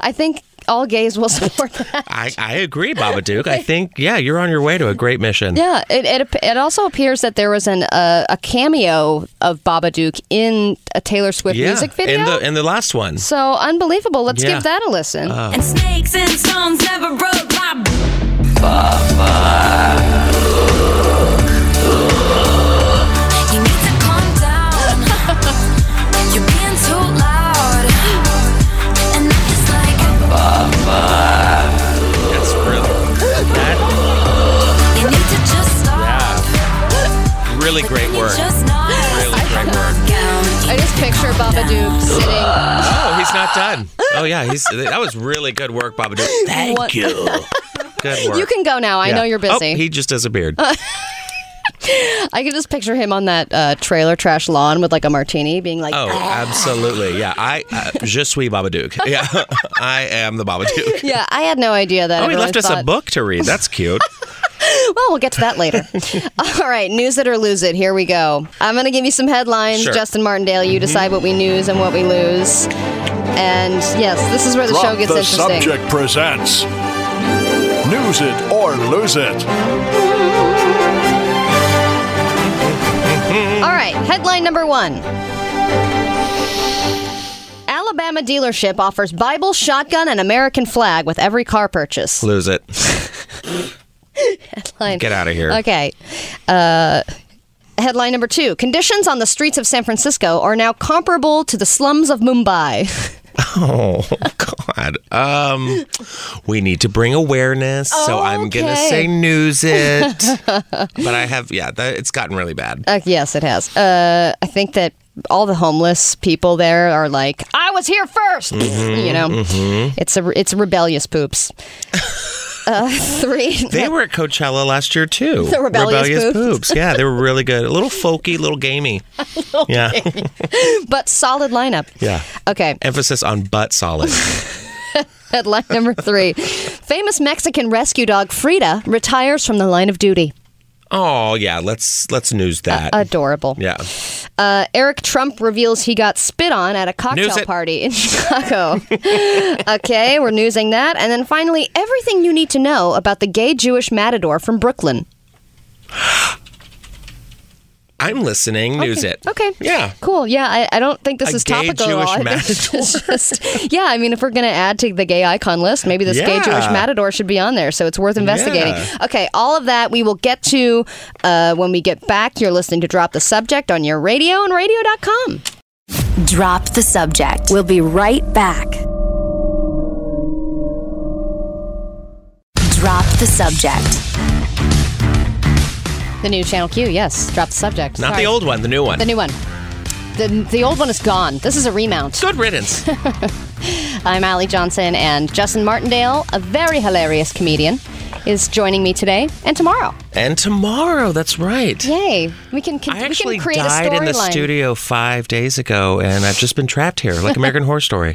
I think all gays will support that.
I, I agree, Babadook. I think, yeah, you're on your way to a great mission.
Yeah, it, it, ap- it also appears that there was an uh, a cameo of Babadook in a Taylor Swift music video.
In the in the last one.
so unbelievable. Let's
Yeah.
give that a listen.
And snakes and stones never broke my
Really great work. Really great work.
I just picture Babadook sitting.
Oh, he's not done. Oh yeah, he's that was really good work, Babadook. Thank
What-
you. Good work.
You can go now. I
Yeah.
know you're busy.
Oh, he just disappeared.
I can just picture him on that uh, trailer trash lawn with like a martini, being like,
Oh, absolutely. Yeah, I uh, je suis Babadook. Yeah, I am the Babadook.
"Yeah, I had no idea that." I
Oh, he
really
left us a
thought-
book to read. That's cute.
Well, we'll get to that later. All right, news it or lose it. Here we go. I'm going to give you some headlines.
Sure.
Justin Martindale, you decide what we
Mm-hmm.
news and what we lose. And yes, this is where the show
Drop
gets
the
interesting.
subject presents News It or Lose It.
All right, headline number one. Alabama dealership offers Bible, shotgun, and American flag with every car purchase.
Lose it.
Line-
Get out of here.
Okay. Uh, headline number two Conditions on the streets of San Francisco are now comparable to the slums of Mumbai.
Oh God. Um, we need to bring awareness. So I'm gonna
Okay.
say news it. but I have yeah, that, it's gotten really bad.
Uh, yes, it has. Uh, I think that all the homeless people there are like, I was here 1st you know, it's a it's rebellious poops. uh, three.
They were at Coachella last year too.
The Rebellious Poops.
poops. Yeah, they were really good. A little folky, little gamey. yeah,
but solid lineup.
yeah.
Okay.
Emphasis on butt solid.
Headline number three: Famous Mexican rescue dog Frida retires from the line of duty.
oh yeah, let's let's
Uh,
news that.
Adorable.
yeah,
Uh, Eric Trump reveals he got spit on at a cocktail
News it.
party in Chicago. okay, we're newsing that. And then finally, everything you need to know about the gay Jewish matador from Brooklyn.
I'm listening. News it.
Okay.
Yeah.
Cool. Yeah, I, I don't think this
A
is
gay
topical at all.
Jewish
I think this is just- yeah, I mean, if we're going to add to the gay icon list, maybe this gay
Yeah.
Jewish matador should be on there. So it's worth investigating.
Yeah.
Okay, all of that we will get to uh, when we get back. You're listening to Drop the Subject on your radio and radio.com.
Drop the subject. We'll be right back. Drop the subject.
The new Channel Q, yes. Drop the Subject.
Not
Sorry.
the old one, the new one.
The new one. The, the old one is gone. This is a remount.
Good riddance.
I'm Allie Johnson, and Justin Martindale, a very hilarious comedian, is joining me today and tomorrow.
and tomorrow, that's right.
Yay! We can,
I
we
actually
can create a
died in the
storyline.
studio five days ago, and I've just been trapped here, like American Horror Story.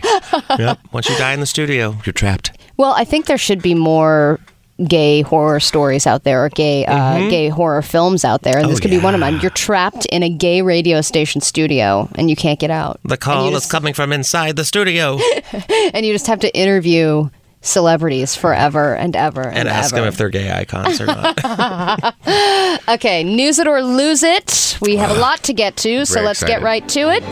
Yep. Once you die in the studio, you're trapped.
Well, I think there should be more gay horror stories out there, or gay
Mm-hmm.
uh, gay horror films out there, and
Oh,
this could be one of them. You're trapped in a gay radio station studio, and you can't get out.
The
And
call
you
is coming from inside the studio,
and you just have to interview celebrities forever and ever and,
and ask them
ever.
if they're gay icons or not.
Okay, news it or lose it. We have a lot to get to, so
Very
let's get
excited.
right to it.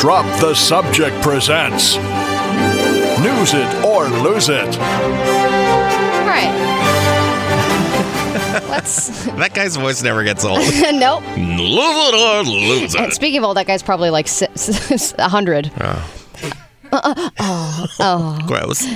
Drop the subject presents News It or Lose It.
All right. let's.
that guy's voice never gets old. lose
nope.
it or lose
And speaking of old, that guy's probably like si- a hundred.
Gross.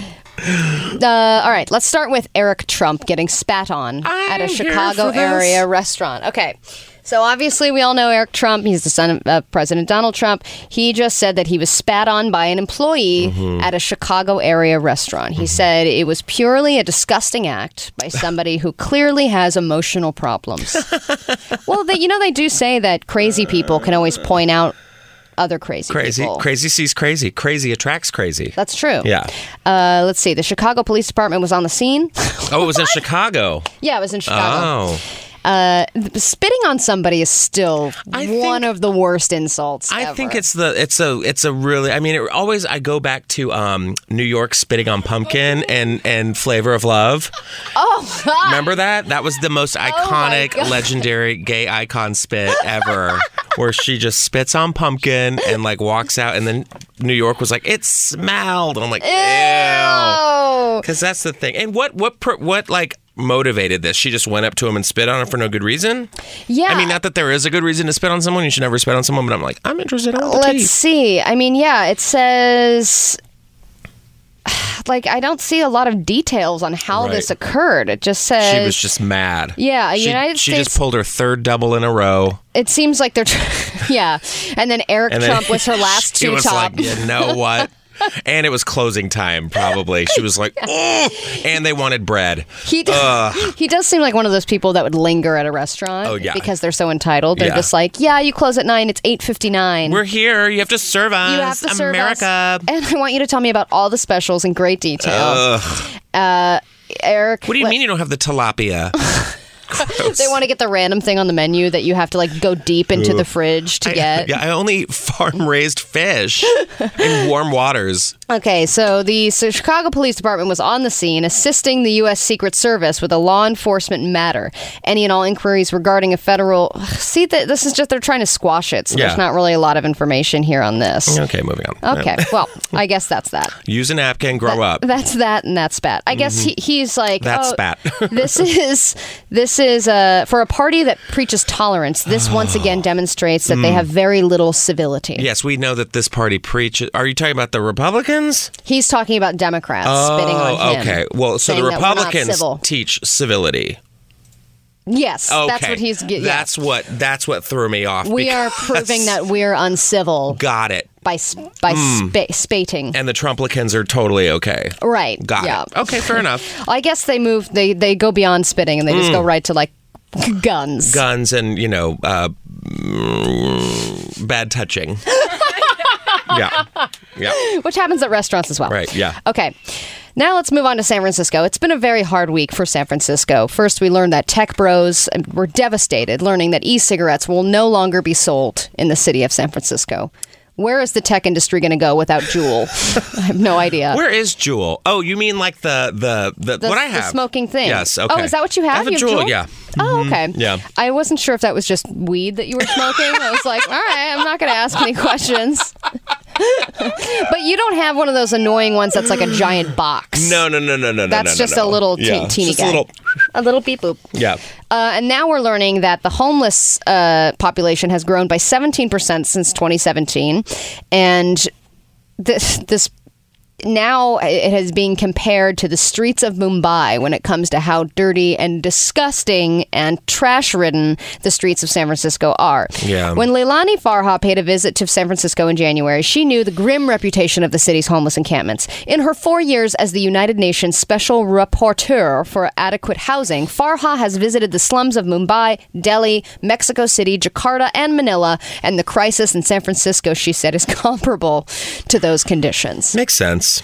Uh, all right, let's start with Eric Trump getting spat on at a
I'm here
Chicago
for this.
area restaurant. Okay. So obviously, we all know Eric Trump. He's the son of uh, President Donald Trump. He just said that he was spat on by an employee
Mm-hmm.
at a Chicago area restaurant. He said it was purely a disgusting act by somebody who clearly has emotional problems. well, they, you know they do say that crazy people can always point out other crazy
Crazy.
people.
Crazy sees crazy. Crazy attracts crazy.
That's true.
Yeah.
Uh, let's see. The Chicago Police Department was on the scene.
Oh, it was in Chicago.
Yeah, it was in Chicago.
Oh.
Uh, th- spitting on somebody is still
I think-
one of the worst insults.
I
ever.
think it's the it's a it's a really I mean it always I go back to um New York spitting on pumpkin and and flavor of love. Oh Remember that? That was the most
Oh
iconic
God.
legendary gay icon spit ever where she just spits on pumpkin and like walks out and then New York was like it smelled and I'm like ew.
Oh,
Cuz that's the thing. And what what per, what like motivated this? She just went up to him and spit on him for no good reason?
yeah.
I mean, not that there is a good reason to spit on someone. You should never spit on someone, but I'm like, I'm interested in all the
Let's see.
tea.
I mean, yeah, it says. like I don't see a lot of details on how
Right.
this occurred. It just says
She was just mad.
Yeah,
she,
United
she
States-
just pulled her third double in a row.
it seems like they're tr- yeah. And then Eric
And then
Trump was her last
she
two
was
top.
Like, you know what? and it was closing time, probably. She was like, oh! and they wanted bread.
He does, he does seem like one of those people that would linger at a restaurant
Oh, yeah.
because they're so entitled. They're
Yeah.
just like, yeah, you close at nine. It's eight fifty nine.
We're here. You have to serve us.
You have to serve us.
America.
and I want you to tell me about all the specials in great detail. Uh, Eric,
What do you mean you don't have the tilapia? Gross.
They want to get the random thing on the menu that you have to like go deep into the fridge to get.
Yeah, I only eat farm raised fish in warm waters.
Okay, so the so Chicago Police Department was on the scene assisting the U.S. Secret Service with a law enforcement matter. Any and all inquiries regarding a federal. See, that this is just they're trying to squash it, so
Yeah.
there's not really a lot of information here on this.
Okay, moving on.
Okay, well, I guess that's that.
Use a napkin, grow up. Mm-hmm.
That's that and that's spat. I guess he, he's like
That's
oh,
spat.
this is this is uh, for a party that preaches tolerance. This
Ah.
once again demonstrates that
Hmm.
they have very little civility.
yes, we know that this party preaches. Are you talking about the Republicans?
He's talking about Democrats spitting on him.
Oh, okay. Well, so
saying
the
that we're not
Republicans
civil.
teach civility.
Yes,
Okay,
that's what he's. ge- Yeah.
That's what that's what threw me off.
we are
because-
proving that we're uncivil
Got it.
by s- by
hmm.
spa- spating.
And the Trumplicans are totally okay.
right.
Got
yeah.
it. Oh. Okay, fair enough.
I guess they move. They they go beyond spitting and they just
Hmm.
go right to like guns.
Guns and you know, uh, mm, bad touching. yeah, yeah.
which happens at restaurants as well.
Right, yeah.
Okay. Now let's move on to San Francisco. It's been a very hard week for San Francisco. First, we learned that tech bros were devastated learning that e-cigarettes will no longer be sold in the city of San Francisco. Where is the tech industry going to go without Juul? I have no idea.
Where is Jewel? Oh, you mean like the the the,
the,
what I
the
have?
smoking thing.
Yes. Okay.
Oh, is that what you have?
I have a
you
Juul, Yeah. Mm-hmm.
Oh, okay.
Yeah.
I wasn't sure if that was just weed that you were smoking. I was like, all right, I'm not going to ask any questions. but you don't have one of those annoying ones that's like a giant box.
No, no, no, no, no, no.
That's
no, no,
just a
no.
little te-
yeah.
teeny
just a
guy.
little-
A little beep boop.
yeah.
Uh, and now we're learning that the homeless uh, population has grown by 17% since 2017. And this, this now it has been compared to the streets of Mumbai when it comes to how dirty and disgusting and trash ridden the streets of San Francisco are.
Yeah.
When Leilani Farha paid a visit to San Francisco in January, she knew the grim reputation of the city's homeless encampments. In her four years as the United Nations Special Rapporteur for Adequate Housing, Farha has visited the slums of Mumbai, Delhi, Mexico City, Jakarta, and Manila, and the crisis in San Francisco, she said, is comparable to those conditions.
Makes sense.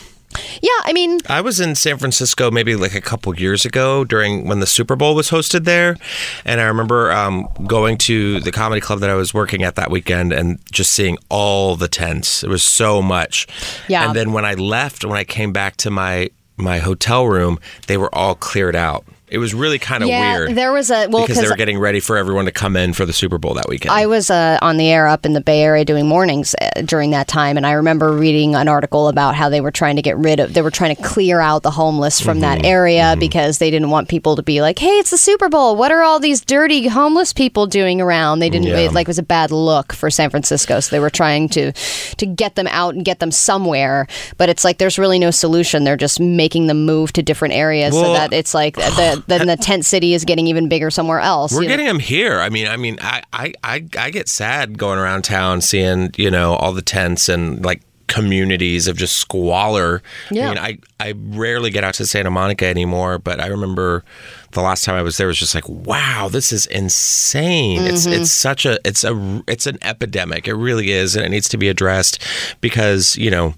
Yeah, I mean,
I was in San Francisco maybe like a couple years ago during when the Super Bowl was hosted there, and I remember um, going to the comedy club that I was working at that weekend and just seeing all the tents. It was so much.
Yeah.
And then when I left, when I came back to my my hotel room, they were all cleared out. It was really kind of
yeah,
weird.
there was a well
because they
because
were getting ready for everyone to come in for the Super Bowl that weekend.
I was uh, on the air up in the Bay Area doing mornings uh, during that time, and I remember reading an article about how they were trying to get rid of, they were trying to clear out the homeless from that
Mm-hmm.
area because they didn't want people to be like, "Hey, it's the Super Bowl. What are all these dirty homeless people doing around?" They didn't it, like it was a bad look for San Francisco, so they were trying to to get them out and get them somewhere. But it's like there's really no solution. They're just making them move to different areas so
Well-
that it's like the, then the tent city is getting even bigger somewhere else.
We're
you know?
getting them here. I mean, I mean, I, I, I, I get sad going around town seeing you know all the tents and like communities of just squalor.
Yeah.
I mean, I, I rarely get out to Santa Monica anymore, but I remember the last time I was there was just like, wow, this is insane. It's it's such a it's a it's an epidemic. It really is, and it needs to be addressed because you know,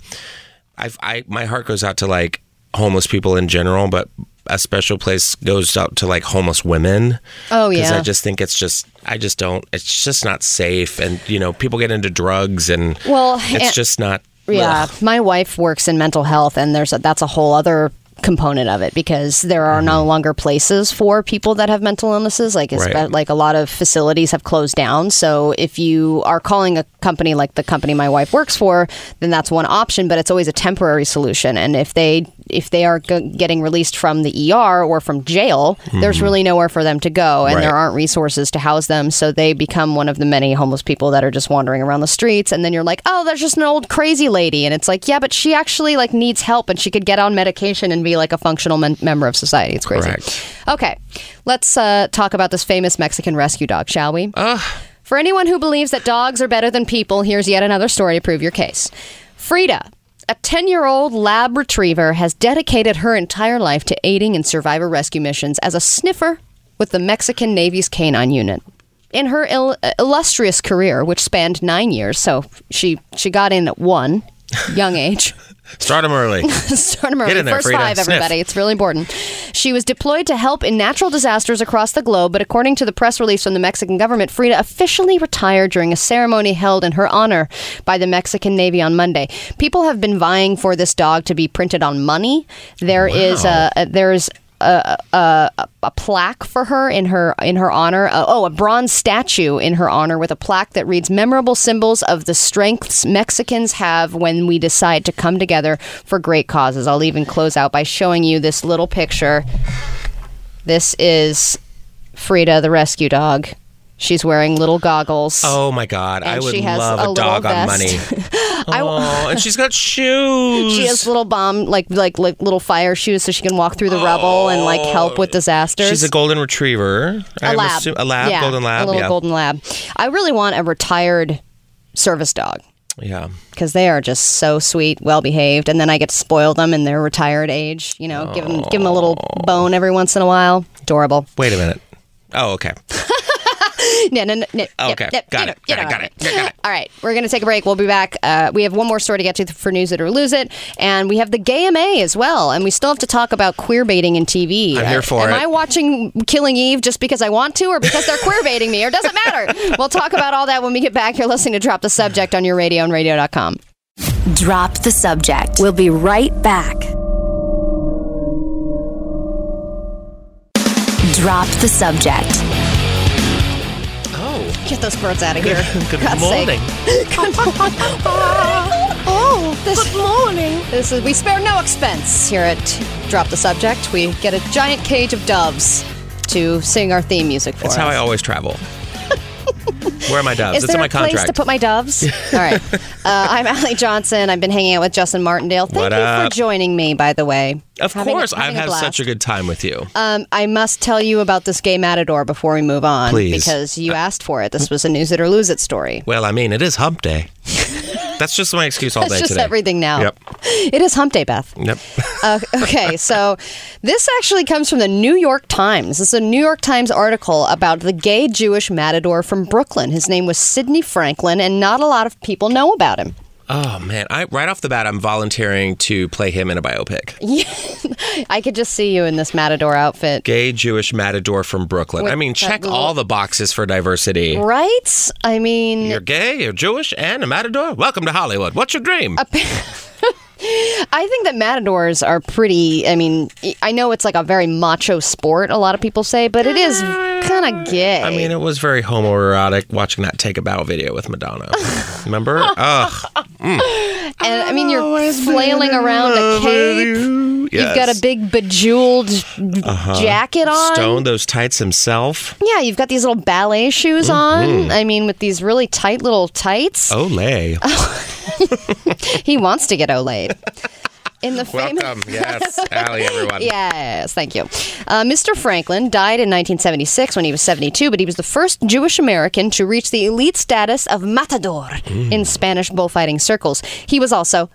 I I my heart goes out to like homeless people in general, but. A special place goes out to like homeless women.
Oh,
Because
yeah.
I just think it's just I just don't. It's just not safe, and you know people get into drugs, and
Well,
it's
and-
just not.
Yeah,
ugh.
my wife works in mental health, and there's a, that's a whole other component of it because there are no longer places for people that have mental illnesses. Like it's
Right.
about- like a lot of facilities have closed down. So if you are calling a company like the company my wife works for, then that's one option. But it's always a temporary solution. And if they if they are g- getting released from the ER or from jail, there's really nowhere for them to go, and there
Right.
aren't resources to house them. So they become one of the many homeless people that are just wandering around the streets. And then you're like, oh, there's just an old crazy lady, and it's like, yeah, but she actually like needs help, and she could get on medication and be like a functional men- member of society. It's crazy.
Correct.
Okay, let's uh, talk about this famous Mexican rescue dog, shall we? For anyone who believes that dogs are better than people, here's yet another story to prove your case. Frida, a 10 year old lab retriever, has dedicated her entire life to aiding in survivor rescue missions as a sniffer with the Mexican Navy's canine unit. In her il- uh, illustrious career, which spanned nine years, so she she got in at one young age.
Start them early.
Start 'em
Get
early.
in there,
First
Frida.
five,
Sniff.
everybody. It's really important. She was deployed to help in natural disasters across the globe, but according to the press release from the Mexican government, Frida officially retired during a ceremony held in her honor by the Mexican Navy on Monday. People have been vying for this dog to be printed on money. There is a, a there's a plaque for her in her in her honor. Uh, oh, a bronze statue in her honor with a plaque that reads "Memorable symbols of the strengths Mexicans have when we decide to come together for great causes." I'll even close out by showing you this little picture. This is Frida, the rescue dog. She's wearing little goggles.
Oh my God! I
And
would
she has
love
a
a,
little
dog on money.
vest.
oh, and she's got shoes.
She has little bomb, like, like like little fire shoes, so she can walk through the rubble and like help with disasters.
She's a golden retriever.
a lab,
a lab,
Yeah,
golden lab.
a little
yeah.
golden lab. I really want a retired service dog
yeah.
because they are just so sweet, well behaved, and then I get to spoil them in their retired age. You know, give 'em give them a little bone every once in a while. Adorable.
Wait a minute. Oh, okay.
No, no, no, no,
Oh,
yeah,
okay.
yeah,
Got
you know,
it. Got
you
it.
know
Got
what
it.
I mean.
Got it.
All right, we're going to take a break. We'll be back. Uh, we have one more story to get to for News It or Lose It, and we have the Gay MA as well, and we still have to talk about queer baiting in TV.
I'm
Uh,
here for
am
it.
I watching Killing Eve just because I want to or because they're queer baiting me, or doesn't matter? We'll talk about all that when we get back. You're listening to Drop the Subject on your radio and radio.com.
Drop the subject. We'll be right back. Drop the subject.
Oh,
Get those birds out of here.
good
God's sake.
morning.
Oh, this, good morning. This is we spare no expense here at Drop the Subject. We get a giant cage of doves to sing our theme music for
That's
us.
how I always travel. Where are my doves?
is
it's
there
in my
a place
contract.
to put my doves? All right. Uh, I'm Allie Johnson. I've been hanging out with Justin Martindale. Thank
What
you
up?
for joining me, by the way.
of
Having a-
course, I've
having
had
blast.
such a good time with you.
Um, I must tell you about this gay matador before we move on,
Please. Uh,
because you asked for it. This was a News It or Lose It story.
well, I mean, it is hump day. That's just my excuse all
That's
day
just
today.
everything now.
Yep.
It is hump day, Beth.
Yep.
Uh, okay, so this actually comes from the New York Times. This is a New York Times article about the gay Jewish matador from Brooklyn. His name was Sidney Franklin, and not a lot of people know about him.
Oh man, I right off the bat, I'm volunteering to play him in a biopic.
I could just see you in this matador outfit.
Gay Jewish matador from Brooklyn. I mean,
that
check
little-
all the boxes for diversity.
Right? I mean,
You're gay, you're Jewish, and a matador. Welcome to Hollywood. What's your dream?
I think that matadors are pretty. I mean, I know it's like a very macho sport, a lot of people say, but it is kind of gay.
I mean, it was very homoerotic watching that Take a Bow video with Madonna. Remember? Ah. Ugh.
and I mean, you're
Always been
flailing
in
around a
love with
cape.
you.
You've got a
Yes. Uh-huh.
big bejeweled jacket on.
Stone those tights himself.
Yeah, you've got these little ballet shoes on.
Mm-hmm.
I mean, with these really tight little
Oh.
tights.
Olay.
He wants to get Olayed. In the famous.
Welcome. Yes. Allie, everyone.
Yes, thank you. Uh, Mr. Franklin died in 1976 when he was 72, but he was the first Jewish American to reach the elite status of matador in Spanish bullfighting circles. He was also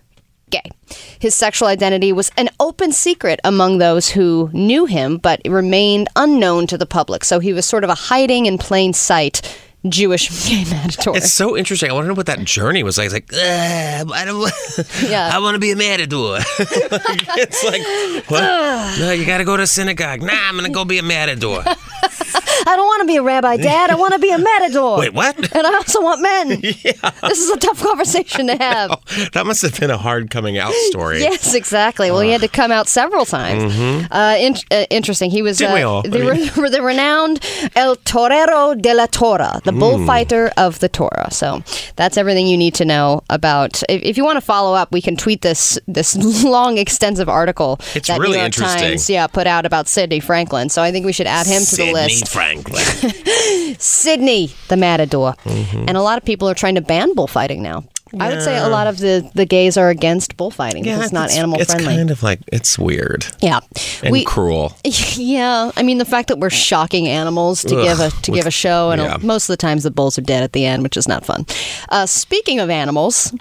gay. His sexual identity was an open secret among those who knew him, but it remained unknown to the public. So he was sort of a hiding in plain sight Jewish gay matador.
It's so interesting. I wonder what that journey was like. It's like, "Ugh, I don't.
Yeah.
I want to be a matador. it's like, what? no, you got to go to synagogue. Nah, I'm gonna go be a matador.
I don't want to be a rabbi, Dad. I want to be a matador.
Wait, what?
And I also want men. This is a tough conversation to have.
Oh, That must have been a hard coming out story.
Yes, exactly. Well, he had to come out several times. Uh, in- uh, interesting. He was
Mm-hmm.
uh,
Didn't we all?
The,
I mean-
re- the renowned El Torero de la Tora, the
Hmm.
bullfighter of the Torah. So that's everything you need to know about. If, if you want to follow up, we can tweet this this long, extensive article
It's
that
really
New York
interesting.
Times yeah put out about Sidney Franklin. So I think we should add him to the list.
Franklin.
Sydney, the matador.
Mm-hmm.
And a lot of people are trying to ban bullfighting now. I would say a lot of the, the gays are against bullfighting because it's not animal
it's
friendly.
kind of like it's weird
yeah.
and cruel.
Yeah, I mean the fact that we're shocking animals to
Ugh,
give a to
with-
give a show, and
yeah.
most of the times the bulls are dead at the end, which is not fun. Uh, speaking of animals,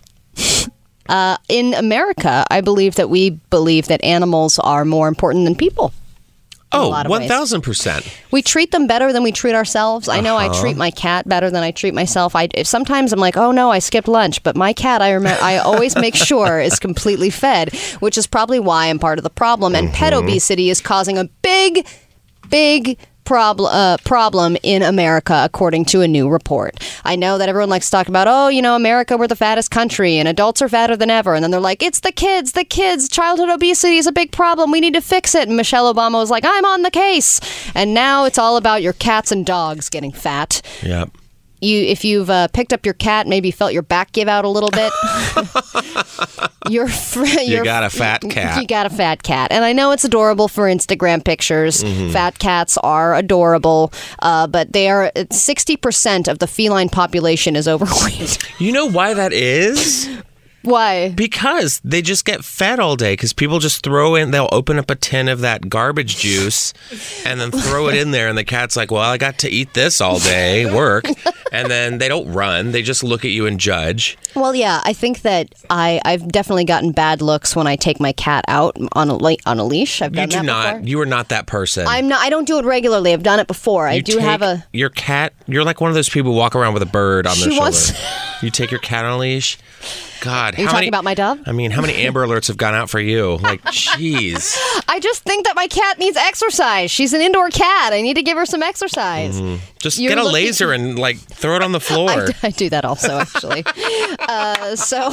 uh, in America, I believe that we believe that animals are more important than people.
Oh,
lot of ways.
1000%.
We treat them better than we treat ourselves. I know I treat my cat better than I treat myself. I if sometimes I'm like, oh no, I skipped lunch, but my cat, I remember, I always make sure is completely fed, which is probably why I'm part of the problem. And pet obesity is causing a big, big. Problem, uh, problem in America, according to a new report. I know that everyone likes to talk about, oh, you know, America, we're the fattest country and adults are fatter than ever. And then they're like, it's the kids, the kids, childhood obesity is a big problem. We need to fix it. And Michelle Obama was like, I'm on the case. And now it's all about your cats and dogs getting fat.
Yeah.
You, if you've uh, picked up your cat, maybe felt your back give out a little bit. your, fr-
You
your
got a fat cat.
you got a fat cat. And I know it's adorable for Instagram pictures.
Mm-hmm.
Fat cats are adorable, uh, but they are 60% of the feline population is overweight.
You know why that is?
Why?
Because they just get fed all day. Because people just throw in, they'll open up a tin of that garbage juice and then throw it in there. And the cat's like, well, I got to eat this all day, work. And then they don't run. They just look at you and judge.
Well, yeah, I think that I, I've definitely gotten bad looks when I take my cat out on a, le- on a leash. I've
You
done
do
that
not.
before.
You are not that person.
I'm not. I don't do it regularly. I've done it before. I
You
do
take
have a.
your cat. You're like one of those people who walk around with a bird on their
She
shoulder.
wants-
you take your cat on a leash. God,
you
how
talking
many,
about my dove?
I mean, how many Amber Alerts have gone out for you? Like, jeez.
I just think that my cat needs exercise. She's an indoor cat. I need to give her some exercise.
Just
You're
get a
looking-
laser and like throw it on the
I,
floor.
d- I do that also, actually. uh, so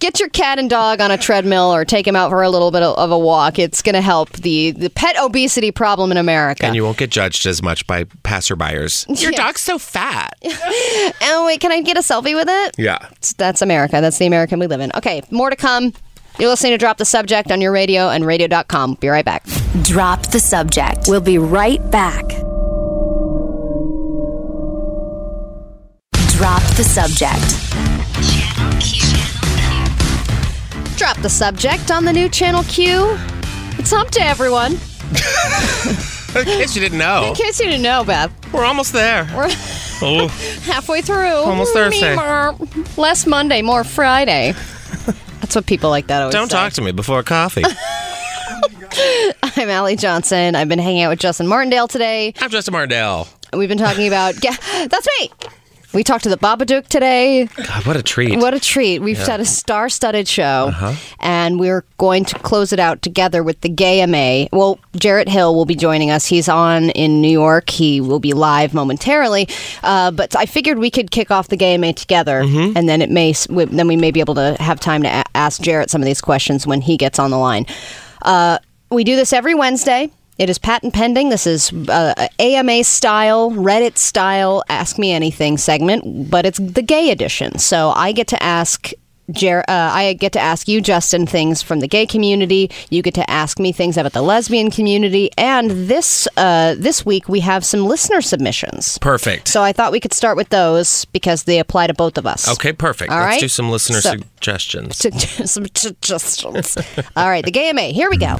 get your cat and dog on a treadmill or take him out for a little bit of of a walk. It's going to help the, the pet obesity problem in America.
And you won't get judged as much by passerbyers. Your
Yes.
dog's so fat.
oh, wait, can I get a selfie with it?
Yeah.
That's America. That's the American we live in. Okay, more to come. You're listening to Drop the Subject on your radio and radio.com. Be right back.
Drop the subject. We'll be right back. Drop the subject.
Drop the subject on the new Channel Q. It's hump day, everyone.
In case you didn't know,
In case you didn't know, Beth,
we're almost there.
we're
oh,
halfway through.
Almost Thursday.
Less Monday, more Friday. That's what people like that always
don't
say.
talk to me before coffee.
I'm Allie Johnson. I've been hanging out with Justin Martindale today.
I'm Justin Mardell.
We've been talking about. Yeah, that's me. We talked to the Babadook today.
God, what a treat.
What a treat. We've had a star studded show, and we're going to close it out together with the Gay MA. Well, Jarrett Hill will be joining us. He's on in New York. He will be live momentarily. Uh, but I figured we could kick off the Gay MA together, and then it may s- w- then we may be able to have time to a- ask Jarrett some of these questions when he gets on the line. Uh, we do this every Wednesday. It is patent pending. This is uh, AMA style, Reddit style, Ask Me Anything segment, but it's the gay edition. So I get to ask. Jer- uh, I get to ask you, Justin, things from the gay community. You get to ask me things about the lesbian community. And this uh, this week we have some listener submissions.
Perfect.
So I thought we could start with those because they apply to both of us.
okay, perfect.
All
Let's
right.
do some listener
So-
suggestions.
some suggestions. All right, the gay MA. Here we go.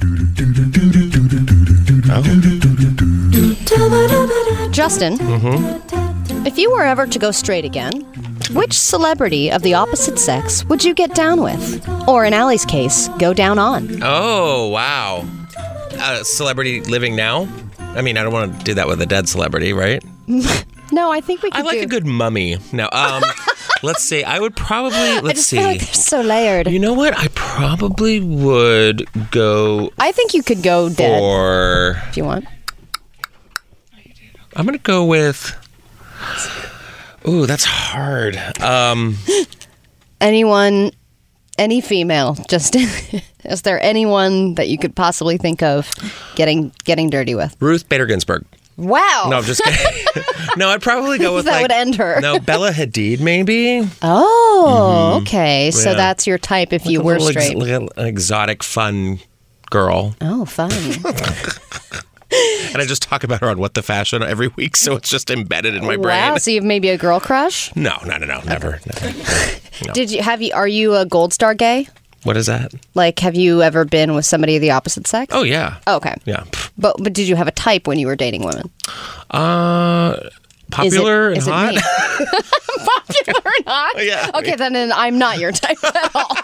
Justin, if you were ever to go straight again, which celebrity of the opposite sex would you get down with? Or in Allie's case, go down on?
Oh, wow. A celebrity living now? I mean, I don't want to do that with a dead celebrity, right?
No, I think we could
I like
do.
a good mummy. No, um, let's see. I would probably,
I
let's
just
see.
feel like they're so layered.
you know what? I probably would go
I think you could go dead
for.
if you want.
I'm gonna go with. Ooh, that's hard. Um,
Anyone, any female, just is there anyone that you could possibly think of getting getting dirty with?
Ruth Bader Ginsburg.
Wow.
No, I'm just kidding. no, I'd probably go with
That
like,
would end her.
No, Bella Hadid, maybe.
oh, okay. So
Mm-hmm. Yeah.
that's your type if you
A
were
little ex-
straight.
like an exotic, fun girl.
oh, fun.
And I just talk about her on What the Fashion every week, so it's just embedded in my
wow.
brain.
So you have maybe a girl crush?
No, no, no, no, never, never.
Did you have you? Are you a gold star gay?
What is that?
Like, have you ever been with somebody of the opposite sex?
Oh yeah.
Okay.
Yeah. Pff.
But but did you have a type when you were dating women?
Uh,
Is it-
popular
is it
and hot.
me? popular or not?
Yeah.
Okay, then, then I'm not your type at all.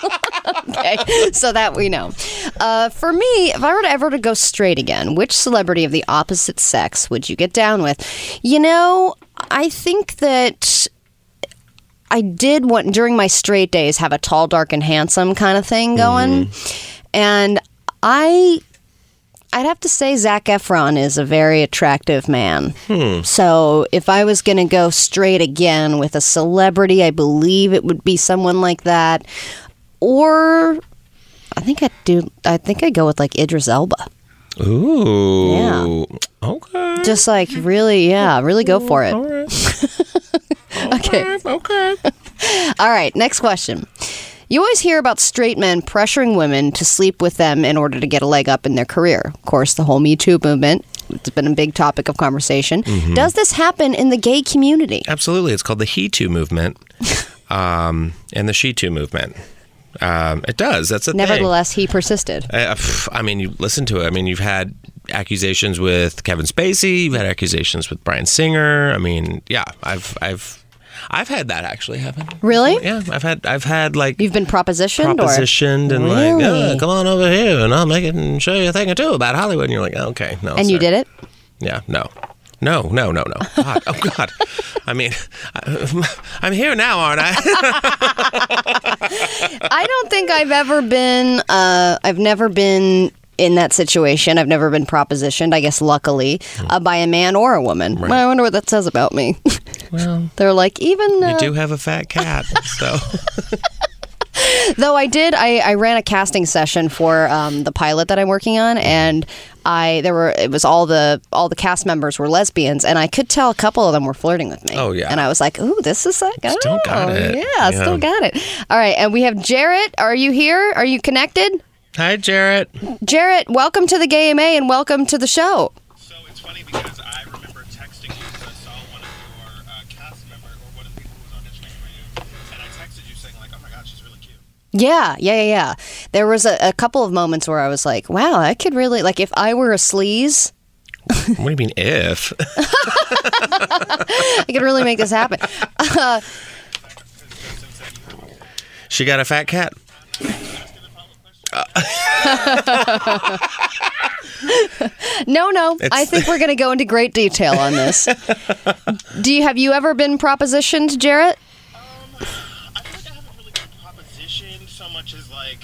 okay, so that we know. Uh, for me, if I were to ever to go straight again, which celebrity of the opposite sex would you get down with? You know, I think that. I did want during my straight days have a tall, dark, and handsome kind of thing going, and I, I'd have to say Zach Efron is a very attractive man. So if I was going to go straight again with a celebrity, I believe it would be someone like that, or I think I do. I think I go with like Idris Elba.
Ooh. Okay.
Just like really, yeah, really go for it.
All right.
Okay.
Okay.
All right, next question. You always hear about straight men pressuring women to sleep with them in order to get a leg up in their career. Of course, the whole Me Too movement, it's been a big topic of conversation. Does this happen in the gay community?
Absolutely. It's called the He Too movement um, and the She Too movement. Um, it does. That's a thing.
Nevertheless, he persisted.
I, uh, pff, I mean, you listen to it. I mean, you've had accusations with Kevin Spacey. You've had accusations with Brian Singer. I mean, yeah, I've, I've, I've had that actually happen.
Really?
Yeah, I've had, I've had like
You've been propositioned,
propositioned
or?
and like,
really?
yeah, come on over here and I'll make it and show you a thing or two about Hollywood. And you're like, okay, no.
and you
sorry.
did it.
Yeah, no. No, no, no, no. God, oh, God. I mean, I'm here now, aren't I?
I don't think I've ever been. Uh, I've never been in that situation. I've never been propositioned. I guess luckily
Hmm.
uh, by a man or a woman. I wonder what that says about me.
well,
They're like even
you
uh,
do have a fat cat, so.
Though I did, I, I ran a casting session for um, the pilot that I'm working on, and I there were it was all the all the cast members were lesbians, and I could tell a couple of them were flirting with me.
Oh, yeah.
and I was like, "Ooh, this is like,
Still
oh,
got it.
yeah,
Yeah.
still got it." All right, and we have Jarrett. Are you here? Are you connected?
Hi, Jarrett.
Jarrett, welcome to the GMA and welcome to the show.
So it's funny because I remember texting you because I saw one of your uh, cast member or one of the people who was auditioning for you, and I texted you saying like, "Oh my God, she's really cute."
Yeah, yeah, yeah, yeah. There was a, a couple of moments where I was like, "Wow, I could really like if I were a sleaze."
What do you mean, if?
I could really make this happen.
She got a fat cat.
No, no.
It's-
I think we're going to go into great detail on this. Do you have you ever been propositioned, Jarrett?
Um, I feel like I haven't really been propositioned so much as like,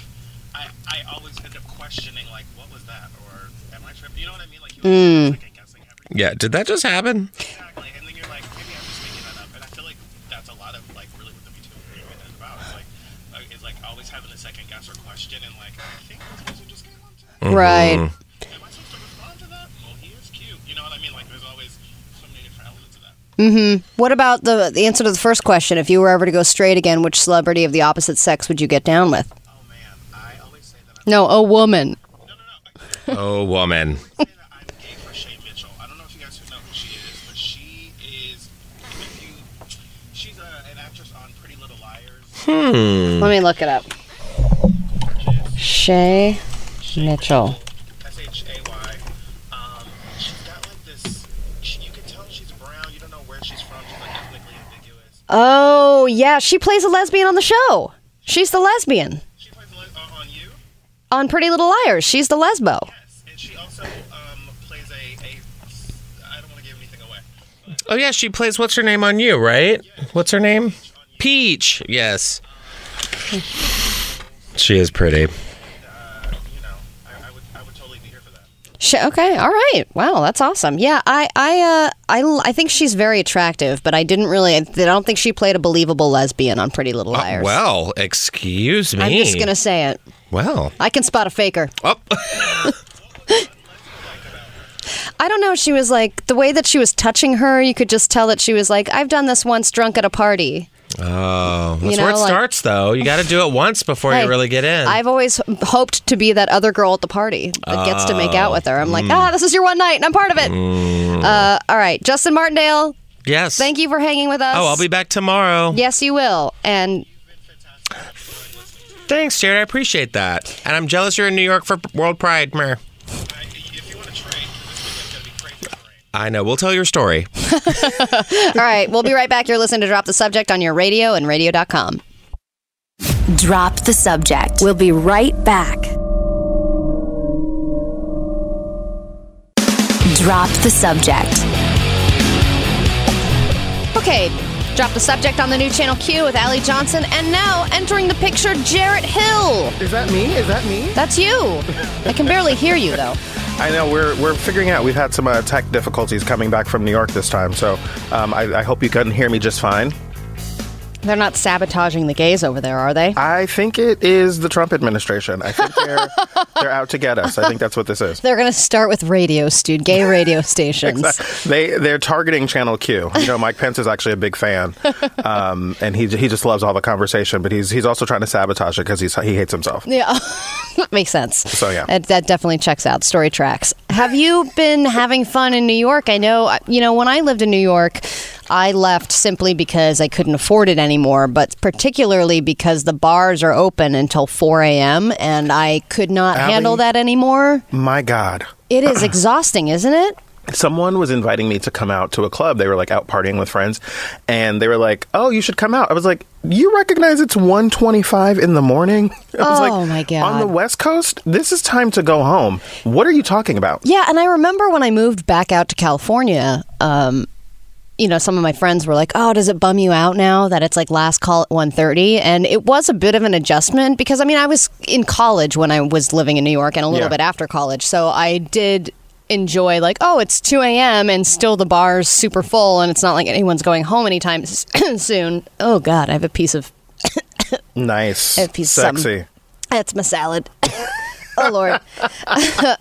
I, I always end up questioning like, what was that or am I tripping? You know what I mean? Like you always like second guessing everything
Yeah, did that just happen?
exactly, and then you're like, maybe I'm just making that up. And I feel like that's a lot of like really what the Me Too movement is about. It's like, uh, it's like always having a second guess or question and like, I think this person just came up to that.
Right.
Am I supposed to respond to that? Well, he is cute. You know what I mean? Like, there's always so many different elements of that.
What about the the answer to the first question? If you were ever to go straight again, which celebrity of the opposite sex would you get down with?
Oh man, I always say that. I'm,
No, a woman.
no, no, no. I
Oh, woman.
always say that I'm gay for Shay Mitchell. I don't know if you guys know who she is, but she is. If you, she's a, an actress on Pretty Little Liars.
Mm. Let me look it up. Shay Mitchell.
S H A Y. Um, she's got like this. She, you can tell she's brown. You don't know where she's from. She's like ethnically ambiguous.
Oh, yeah, she plays a lesbian on the show. She's the lesbian
She plays a le- uh, on you.
on Pretty Little Liars. She's the lesbo.
Yes, and she also um, plays a, a. I don't want to give anything away.
Oh, yeah, she plays What's Her Name on You, right? What's her name? Peach. Yes. She is pretty.
Uh, You know, I, I would I would totally be here for that.
Sh- okay, all right. Wow, that's awesome. Yeah, I I uh I, l- I think she's very attractive, but I didn't really. I don't think she played a believable lesbian on Pretty Little Liars.
Uh, well, excuse me.
I'm just gonna say it.
Well,
I can spot a faker.
oh,
I don't know. She was like the way that she was touching her. You could just tell that she was like, "I've done this once, drunk at a party."
oh, that's
know,
where it
like-
starts, though. You got to do it once before
Hey,
you really get in.
I've always h- hoped to be that other girl at the party that gets to make out with her. I'm
Oh,
like,
mm.
ah, this is your one night, and I'm part of it. Uh, all right, Justin Martindale,
yes.
thank you for hanging with us.
Oh, I'll be back tomorrow.
Yes, you will. And
Thanks, Jared. I appreciate that. And I'm jealous you're in New York for World Pride. Mer.
I, if you want to trade, this weekend's going to be crazy for rain.
I know. We'll tell your story.
all right, we'll be right back. You're listening to Drop the Subject on your radio and radio.com.
Drop the subject. We'll be right back. Drop the subject.
Okay, drop the subject on the new channel Q with Ali Johnson, and now entering the picture, Jarrett Hill.
Is that me? Is that me?
That's you. I can barely hear you though.
I know we're we're figuring out. We've had some uh, tech difficulties coming back from New York this time, so um, I, I hope you can hear me just fine.
They're not sabotaging the gays over there, are they?
I think it is the Trump administration. I think they're they're out to get us. I think that's what this is.
They're gonna start with radio, stu gay radio stations.
They they're targeting Channel Q. You know, Mike Pence is actually a big fan, um, and he he just loves all the conversation. But he's he's also trying to sabotage it because he's he hates himself.
Yeah, makes sense. So
yeah.
that, that definitely checks out. Story tracks. Have you been having fun in New York? I know uh, you know when I lived in New York, I left simply because I couldn't afford it anymore, but particularly because the bars are open until four a.m. and I could not
Ally-
handle that anymore.
My God.
It is exhausting, isn't it?
someone was inviting me to come out to a club. They were like out partying with friends, and they were like, "Oh, you should come out." I was like, "You recognize it's 1.25 in the morning?" I was
Oh, my God.
On the West Coast, this is time to go home. What are you talking about?
Yeah, and I remember when I moved back out to California, um, you know, some of my friends were like, "Oh, does it bum you out now that it's like last call at 1.30? And it was a bit of an adjustment because I mean, I was in college when I was living in New York and a little
Yeah.
bit after college, so I did enjoy like, oh, it's two a.m. and still the bar's super full, and it's not like anyone's going home anytime s- soon. Oh God, I have a piece of
Nice,
If he's some-
sexy.
that's my salad. oh Lord.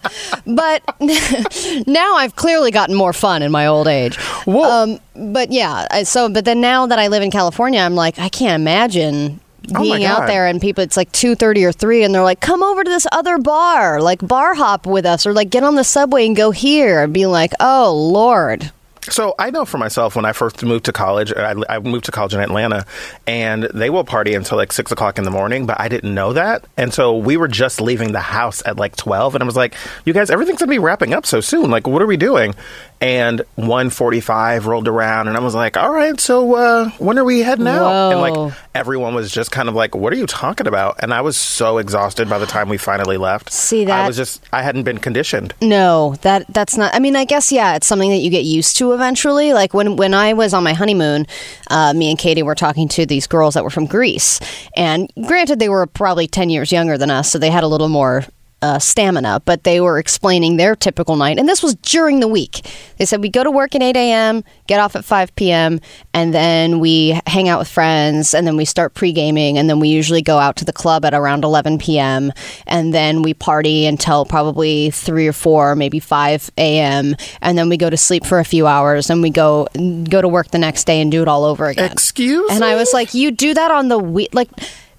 but now I've clearly gotten more fun in my old age. Um, but yeah, I- so but then now that I live in California, I'm like I can't imagine
Oh my
being out
God.
there and people it's like 2:30 or 3 and they're like come over to this other bar, like bar hop with us or like get on the subway and go here and be like, "Oh lord."
So I know for myself when I first moved to college, I, I moved to college in Atlanta, and they will party until like six o'clock in the morning. But I didn't know that, and so we were just leaving the house at like twelve, and I was like, "You guys, everything's gonna be wrapping up so soon. Like, what are we doing?" And one forty-five rolled around, and I was like, "All right, so uh, when are we heading out?" And
Whoa.
like everyone was just kind of like, "What are you talking about?" And I was so exhausted by the time we finally left.
See that-
I was just I hadn't been conditioned.
No, that that's not. I mean, I guess yeah, it's something that you get used to eventually. Like when when I was on my honeymoon, uh, me and Katie were talking to these girls that were from Greece, and granted, they were probably ten years younger than us, so they had a little more. Uh, stamina, but they were explaining their typical night, and this was during the week. They said we go to work at 8 a.m., get off at 5 p.m., and then we hang out with friends, and then we start pre gaming, and then we usually go out to the club at around 11 p.m., and then we party until probably 3 or 4, maybe 5 a.m., and then we go to sleep for a few hours, and we go go to work the next day and do it all over again.
Excuse
And I
me?
was like, you do that on the week, like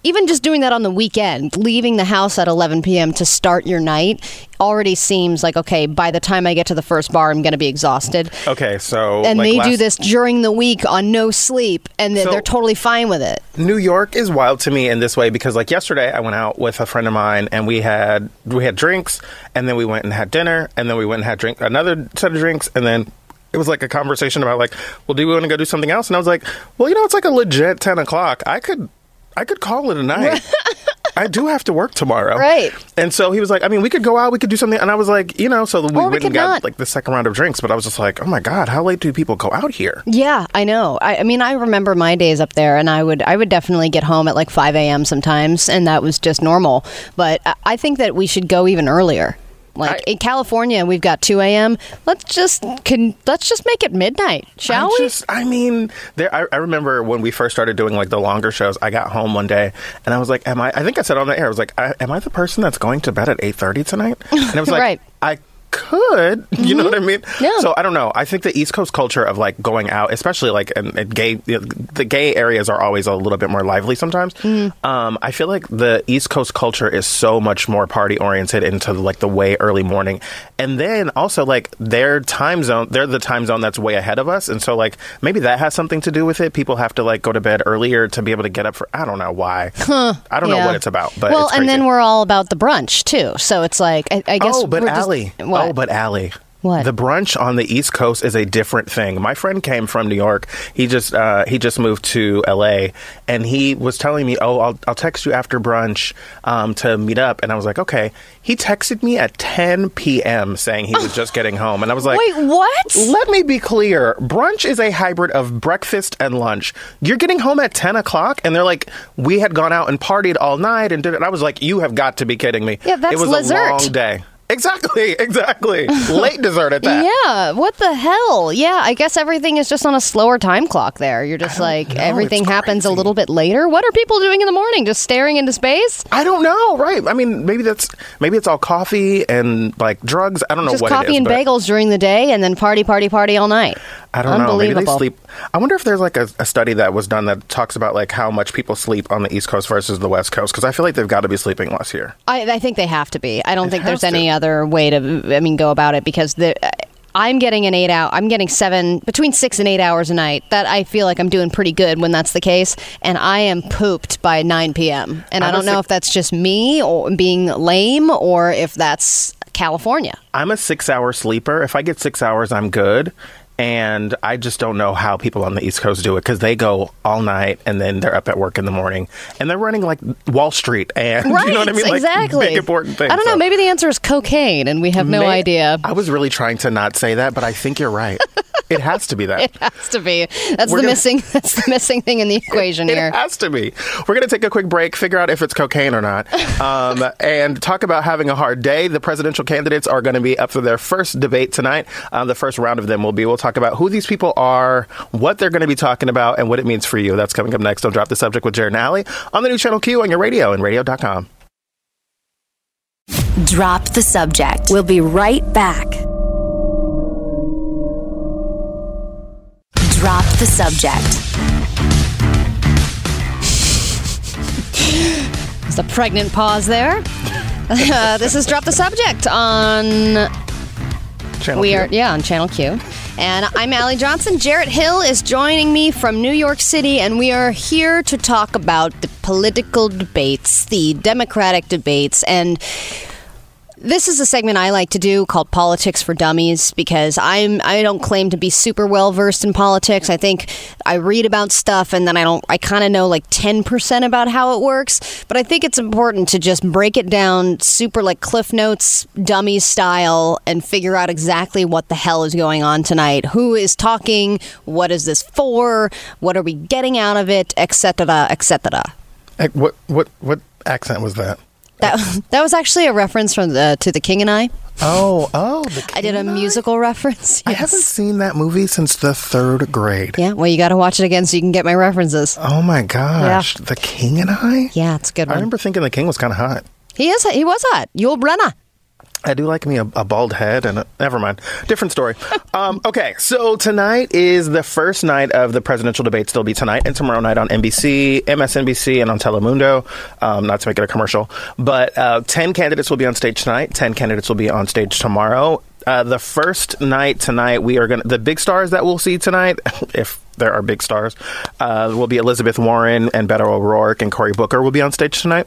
even just doing that on the weekend, leaving the house at 11 p.m. to start your night already seems like okay. By the time I get to the first bar, I'm going to be exhausted.
Okay, so
And
like,
they do
last-
this during the week on no sleep, and then
So-
they're totally fine with it.
New York is wild to me in this way because like yesterday I went out with a friend of mine and we had we had drinks and then we went and had dinner and then we went and had drink another set of drinks and then it was like a conversation about like, well, do we want to go do something else? And I was like, well, you know, it's like a legit ten o'clock. I could I could call it a night. I do have to work tomorrow.
Right.
And so he was like, I mean, we could go out, we could do something. And I was like, you know, so we
we
went
could
and got
not.
like the second round of drinks, but I was just like, oh my God, how late do people go out here?
Yeah, I know. I, I mean, I remember my days up there, and I would I would definitely get home at like 5 a.m. sometimes, and that was just normal. But I, I think that we should go even earlier. Like in California, we've got 2 a.m. Let's just can let's just make it midnight, shall
I
we?
just, I mean, there. I, I remember when we first started doing like the longer shows. I got home one day and I was like, "Am I?" I think I said on the air, "I was like, I, am I the person that's going to bed at eight thirty tonight?" And I was like,
Right.
"I." Could you know what I mean?
Mm-hmm. Yeah.
So I don't know. I think the East Coast culture of like going out, especially like and, and gay, the gay areas are always a little bit more lively sometimes.
Mm-hmm.
Um, I feel like the East Coast culture is so much more party oriented into like the way early morning, and then also like their time zone. They're the time zone that's way ahead of us, and so like maybe that has something to do with it. People have to like go to bed earlier to be able to get up for. I don't know why. I don't know
Yeah.
what it's about, but
well,
it's
and then
crazy.
we're all about the brunch too. So it's like I, I guess.
Oh, but
we're just-
Allie.
what?
Oh, but Allie.
What?
The brunch on the East Coast is a different thing. My friend came from New York. He just uh, he just moved to LA, and he was telling me, "Oh, I'll, I'll text you after brunch um, to meet up." And I was like, "Okay." He texted me at 10 p.m. saying he was just getting home, and I was like,
Wait, what?
Let me be clear. Brunch is a hybrid of breakfast and lunch. You're getting home at 10 o'clock, and they're like, we had gone out and partied all night and did it. And I was like, you have got to be kidding me.
Yeah, that's
It was
dessert.
a long day. Exactly, exactly. Late dessert at that.
Yeah, what the hell? Yeah, I guess everything is just on a slower time clock there. You're just like everything
it's
happens a
crazy.
little bit later. What are people doing in the morning? Just staring into space?
I don't know, right? I mean, maybe that's maybe it's all coffee and like drugs. I don't know
Just
what
coffee
it is,
and
but
bagels during the day and then party party party all night.
I don't know. Maybe they
Unbelievable.
sleep. I wonder if there's like a, a study that was done that talks about like how much people sleep on the East Coast versus the West Coast because I feel like they've got to be sleeping less here.
I, I think they have to be. I don't think there's
has to.
any other way to. I mean, go about it because the. I'm getting an eight out. I'm getting seven between six and eight hours a night. That I feel like I'm doing pretty good when that's the case, and I am pooped by nine p.m. And I,
I
don't
was
know
like-
if that's just me or being lame or if that's California.
I'm a six hour sleeper. If I get six hours, I'm good. And I just don't know how people on the East Coast do it because they go all night and then they're up at work in the morning and they're running like Wall Street and
Right?
you know what I mean? Like,
exactly.
big important thing.
I don't know. Maybe the answer is cocaine, and we have no idea.
I was really trying to not say that, but I think you're right. it has to be that.
It has to be. That's
We're
the
gonna-
missing. That's the missing thing in the equation here.
It has to be. We're going to take a quick break, figure out if it's cocaine or not, um, and talk about having a hard day. The presidential candidates are going to be up for their first debate tonight. Um, the first round of them will be. We'll talk about who these people are, what they're going to be talking about, and what it means for you. That's coming up next. Don't drop the subject with Jared and Alley on the new channel Q on your radio and radio.com.
Drop the subject. We'll be right back. Drop the subject.
It's a pregnant pause there. Uh, this is Drop the Subject on
Channel
we
Q.
are yeah on Channel Q, and I'm Allie Johnson. Jarrett Hill is joining me from New York City, and we are here to talk about the political debates, the Democratic debates, and this is a segment I like to do called Politics for Dummies because I'm I don't claim to be super well versed in politics. I think I read about stuff and then I don't I kind of know like 10% about how it works, but I think it's important to just break it down super like cliff notes dummy style and figure out exactly what the hell is going on tonight. Who is talking? What is this for? What are we getting out of it? etc. etc.
Eh, What, what, what accent was that?
That, that was actually a reference from the, to The King and I.
Oh, oh. The
I did a
Kenai?
musical reference.
I
yes.
haven't seen that movie since the third grade.
Yeah, well, you got to watch it again so you can get my references.
Oh my gosh. The King and I?
Yeah, it's a good
I
one.
remember thinking the king was kind of hot.
he is. He was hot. Yul Brenner.
I do like me a, a bald head and a, never mind. Different story. um, okay, so tonight is the first night of the presidential debates. They'll be tonight and tomorrow night on NBC, MSNBC, and on Telemundo. Um, not to make it a commercial, but uh, 10 candidates will be on stage tonight, 10 candidates will be on stage tomorrow. Uh, the first night tonight, we are going to, the big stars that we'll see tonight, if there are big stars, uh, will be Elizabeth Warren and Beto O'Rourke and Cory Booker will be on stage tonight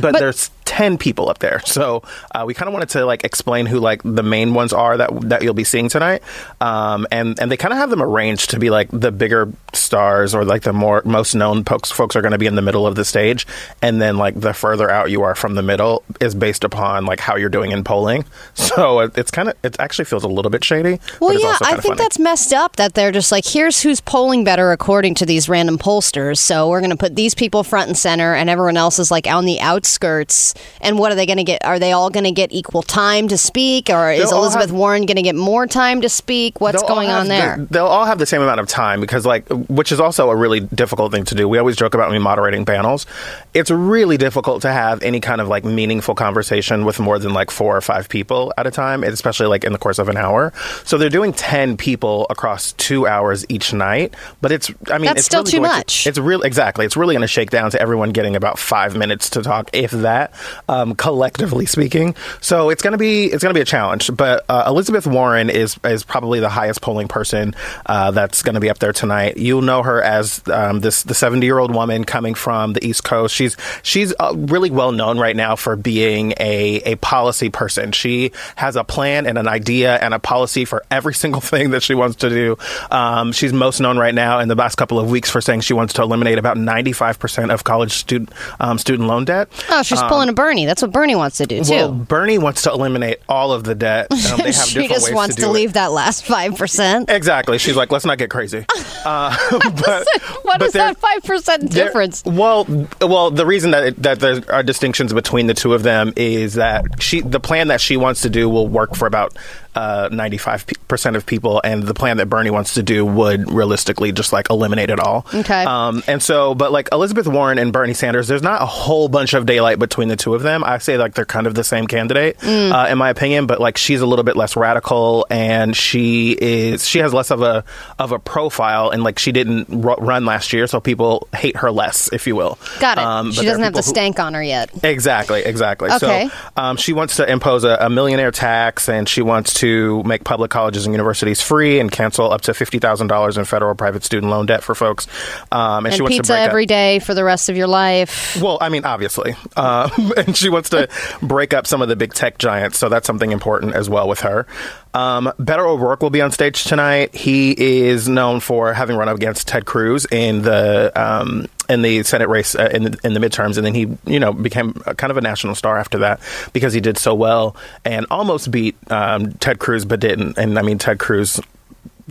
but, there's 10 people up there so uh, we kind of wanted to like explain who like the main ones are that that you'll be seeing tonight um, and and they kind of have them arranged to be like the bigger stars or like the more most known folks folks are going to be in the middle of the stage and then like the further out you are from the middle is based upon like how you're doing in polling so it, it's kind of it actually feels a little bit shady but
Well,
it's
yeah,
also
I
kinda
think
funny.
that's messed up that they're just like, here's who's polling better according to these random pollsters. So we're going to put these people front and center, and everyone else is like on the outskirts. And what are they going to get? Are they all going to get equal time to speak, or is
They'll all
Elizabeth
have-
Warren going to get more time to speak? What's
They'll all
going on
have
there?
the- they'll all have the same amount of time because, like, which is also a really difficult thing to do. We always joke about me moderating panels. It's really difficult to have any kind of like meaningful conversation with more than like four or five people at a time, and especially like in the course of an hour. So they're doing ten people across two hours each night, but it's I mean
That's
it's
still
really
too
going to-
much.
it's real exactly. It's really going to shake down to everyone getting about five minutes to talk, if that, um, collectively speaking. So it's going to be it's going to be a challenge. But uh, Elizabeth Warren is is probably the highest polling person uh, that's going to be up there tonight. You'll know her as um, this the seventy year old woman coming from the East Coast. She's she's uh, really well known right now for being a a policy person. She has a plan and an idea and a policy for every single thing that she wants to do. Um, she's most known right now in the last couple of weeks for saying she wants to eliminate about 95% of college student um, student loan debt.
Oh, she's
Um,
pulling a Bernie. That's what Bernie wants to do too.
Well, Bernie wants to eliminate all of the debt. Um, they have
she
different
just
ways
wants to,
do it.
leave that last five percent.
Exactly. She's like, let's not get crazy. Uh, but,
What
but
is
there-
that five percent
there-
difference?
Well, well, the reason that it, that there are distinctions between the two of them is that she the plan that she wants to do will work for about ninety five percent of people, and the plan that Bernie wants to do would realistically just like eliminate it all.
Okay.
Um, and so, but like Elizabeth Warren and Bernie Sanders, there's not a whole bunch of daylight between the two of them. I say like they're kind of the same candidate,
Mm.
uh, in my opinion. But like she's a little bit less radical, and she is she has less of a of a profile, and like she didn't ru run last year, so people hate her less, if you will.
Got it.
Um, but
she
there are
doesn't have the
people who-
stank on her yet.
Exactly, exactly.
Okay.
So um, she wants to impose a, a millionaire tax and she wants to make public colleges and universities free and cancel up to $50,000 in federal private student loan debt for folks. Um, and, she
And
wants to
pizza
break up-
every day for the rest of your life.
well, I mean, obviously. Um, and she wants to break up some of the big tech giants, so that's something important as well with her. Um, Better O'Rourke will be on stage tonight. He is known for having run up against Ted Cruz in the um, in the Senate race uh, in the, in the midterms, and then he you know became a, kind of a national star after that because he did so well and almost beat um, Ted Cruz, but didn't. And I mean, Ted Cruz.
he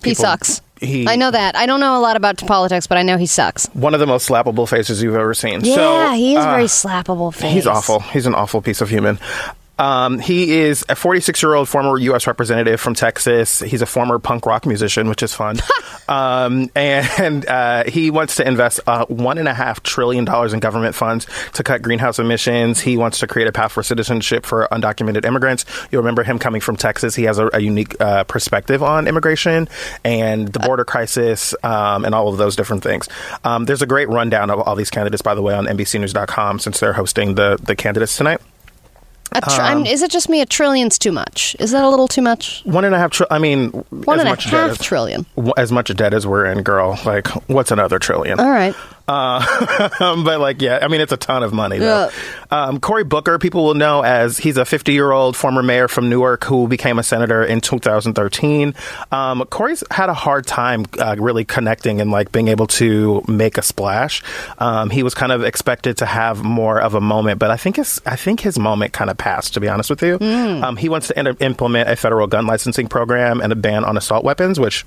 people-
sucks.
he-
I know that. I don't know a lot about politics, but I know he sucks.
One of the most slappable faces you've ever seen.
yeah,
so,
he is
uh,
very slappable face.
He's awful. He's an awful piece of human. Um, he is a 46 year old former U.S. representative from Texas. He's a former punk rock musician, which is fun. um, and uh, he wants to invest uh, one and a half trillion dollars in government funds to cut greenhouse emissions. He wants to create a path for citizenship for undocumented immigrants. You'll remember him coming from Texas. He has a, a unique uh, perspective on immigration and the border crisis um, and all of those different things. Um, there's a great rundown of all these candidates, by the way, on NBCNews.com since they're hosting the, the candidates tonight.
A tr-
Um,
I'm- is it just me? A trillion's too much. Is that a little too much?
One and a half, tr- I mean,
One
as
and a
much debt
half
as-
trillion.
w- as much debt as we're in, girl. Like, what's another trillion?
All right.
Um, but like, yeah, I mean, it's a ton of money.
Yeah.
Though. Um, Cory Booker, people will know as he's a 50 year old former mayor from Newark who became a senator in 2013. Um, Cory's had a hard time uh, really connecting and like being able to make a splash. Um, he was kind of expected to have more of a moment, but I think his I think his moment kind of passed. To be honest with you,
Mm.
um, he wants to enter- implement a federal gun licensing program and a ban on assault weapons, which.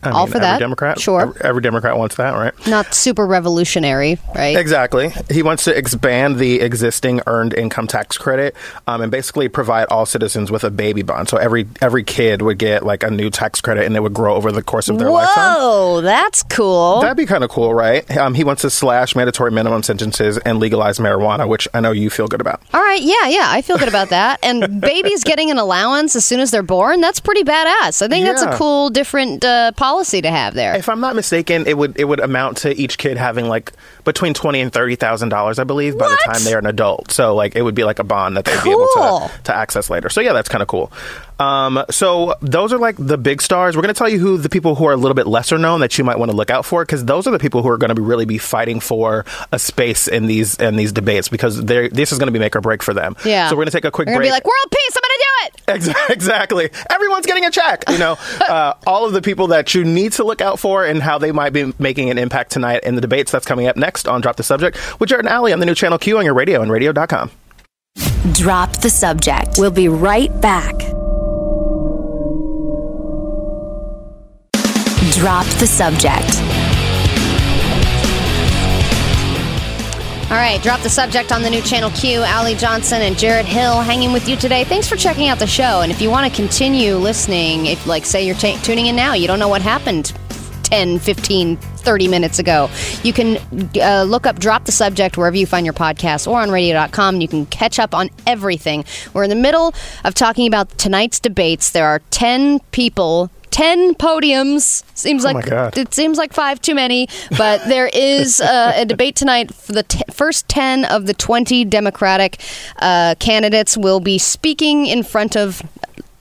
I
All
mean,
for
every
that.
Democrat,
Sure.
Every, every Democrat wants that, right?
Not super revolutionary, right?
Exactly. He wants to expand the existing earned income tax credit um, and basically provide all citizens with a baby bond. So every every kid would get like a new tax credit and it would grow over the course of their lifetime.
Whoa, that's cool.
That'd be kind of cool, right? Um, he wants to slash mandatory minimum sentences and legalize marijuana, which I know you feel good about.
All right, yeah, yeah, I feel good about that. And babies getting an allowance as soon as they're born, that's pretty badass. I think that's a
Yeah.
cool, different uh, policy to have there.
If I'm not mistaken, it would it would amount to each kid having like between twenty and thirty thousand dollars, I believe, by the time they're an adult. So like it would be like a bond that they'd be
Cool.
able to, to access later. So yeah, that's kind of cool. Um, so those are like the big stars. We're going to tell you who the people who are a little bit lesser known that you might want to look out for because those are the people who are going to be really be fighting for a space in these in these debates because they this is going to be make or break for them.
yeah.
So we're going to take a quick
We're gonna
break.
be like, world peace, I'm going to do it.
Ex- Exactly. Everyone's getting a check. You know, uh, all of the people that you need to look out for and how they might be making an impact tonight in the debates that's coming up next on Drop the Subject with Jared and Allie on the new channel Q on your radio and radio.com.
Drop the subject. We'll be right back. Drop the subject.
All right, drop the subject on the new channel Q. Ali Johnson and Jared Hill hanging with you today. Thanks for checking out the show. And if you want to continue listening, if like say you're t- tuning in now, you don't know what happened 10, 15, 30 minutes ago, you can uh, look up Drop the Subject wherever you find your podcast or on radio.com. And you can catch up on everything. We're in the middle of talking about tonight's debates. There are 10 people 10 podiums seems
Oh my
like
God.
it seems like five too many but there is uh, a debate tonight for the t- first 10 of the 20 democratic uh, candidates will be speaking in front of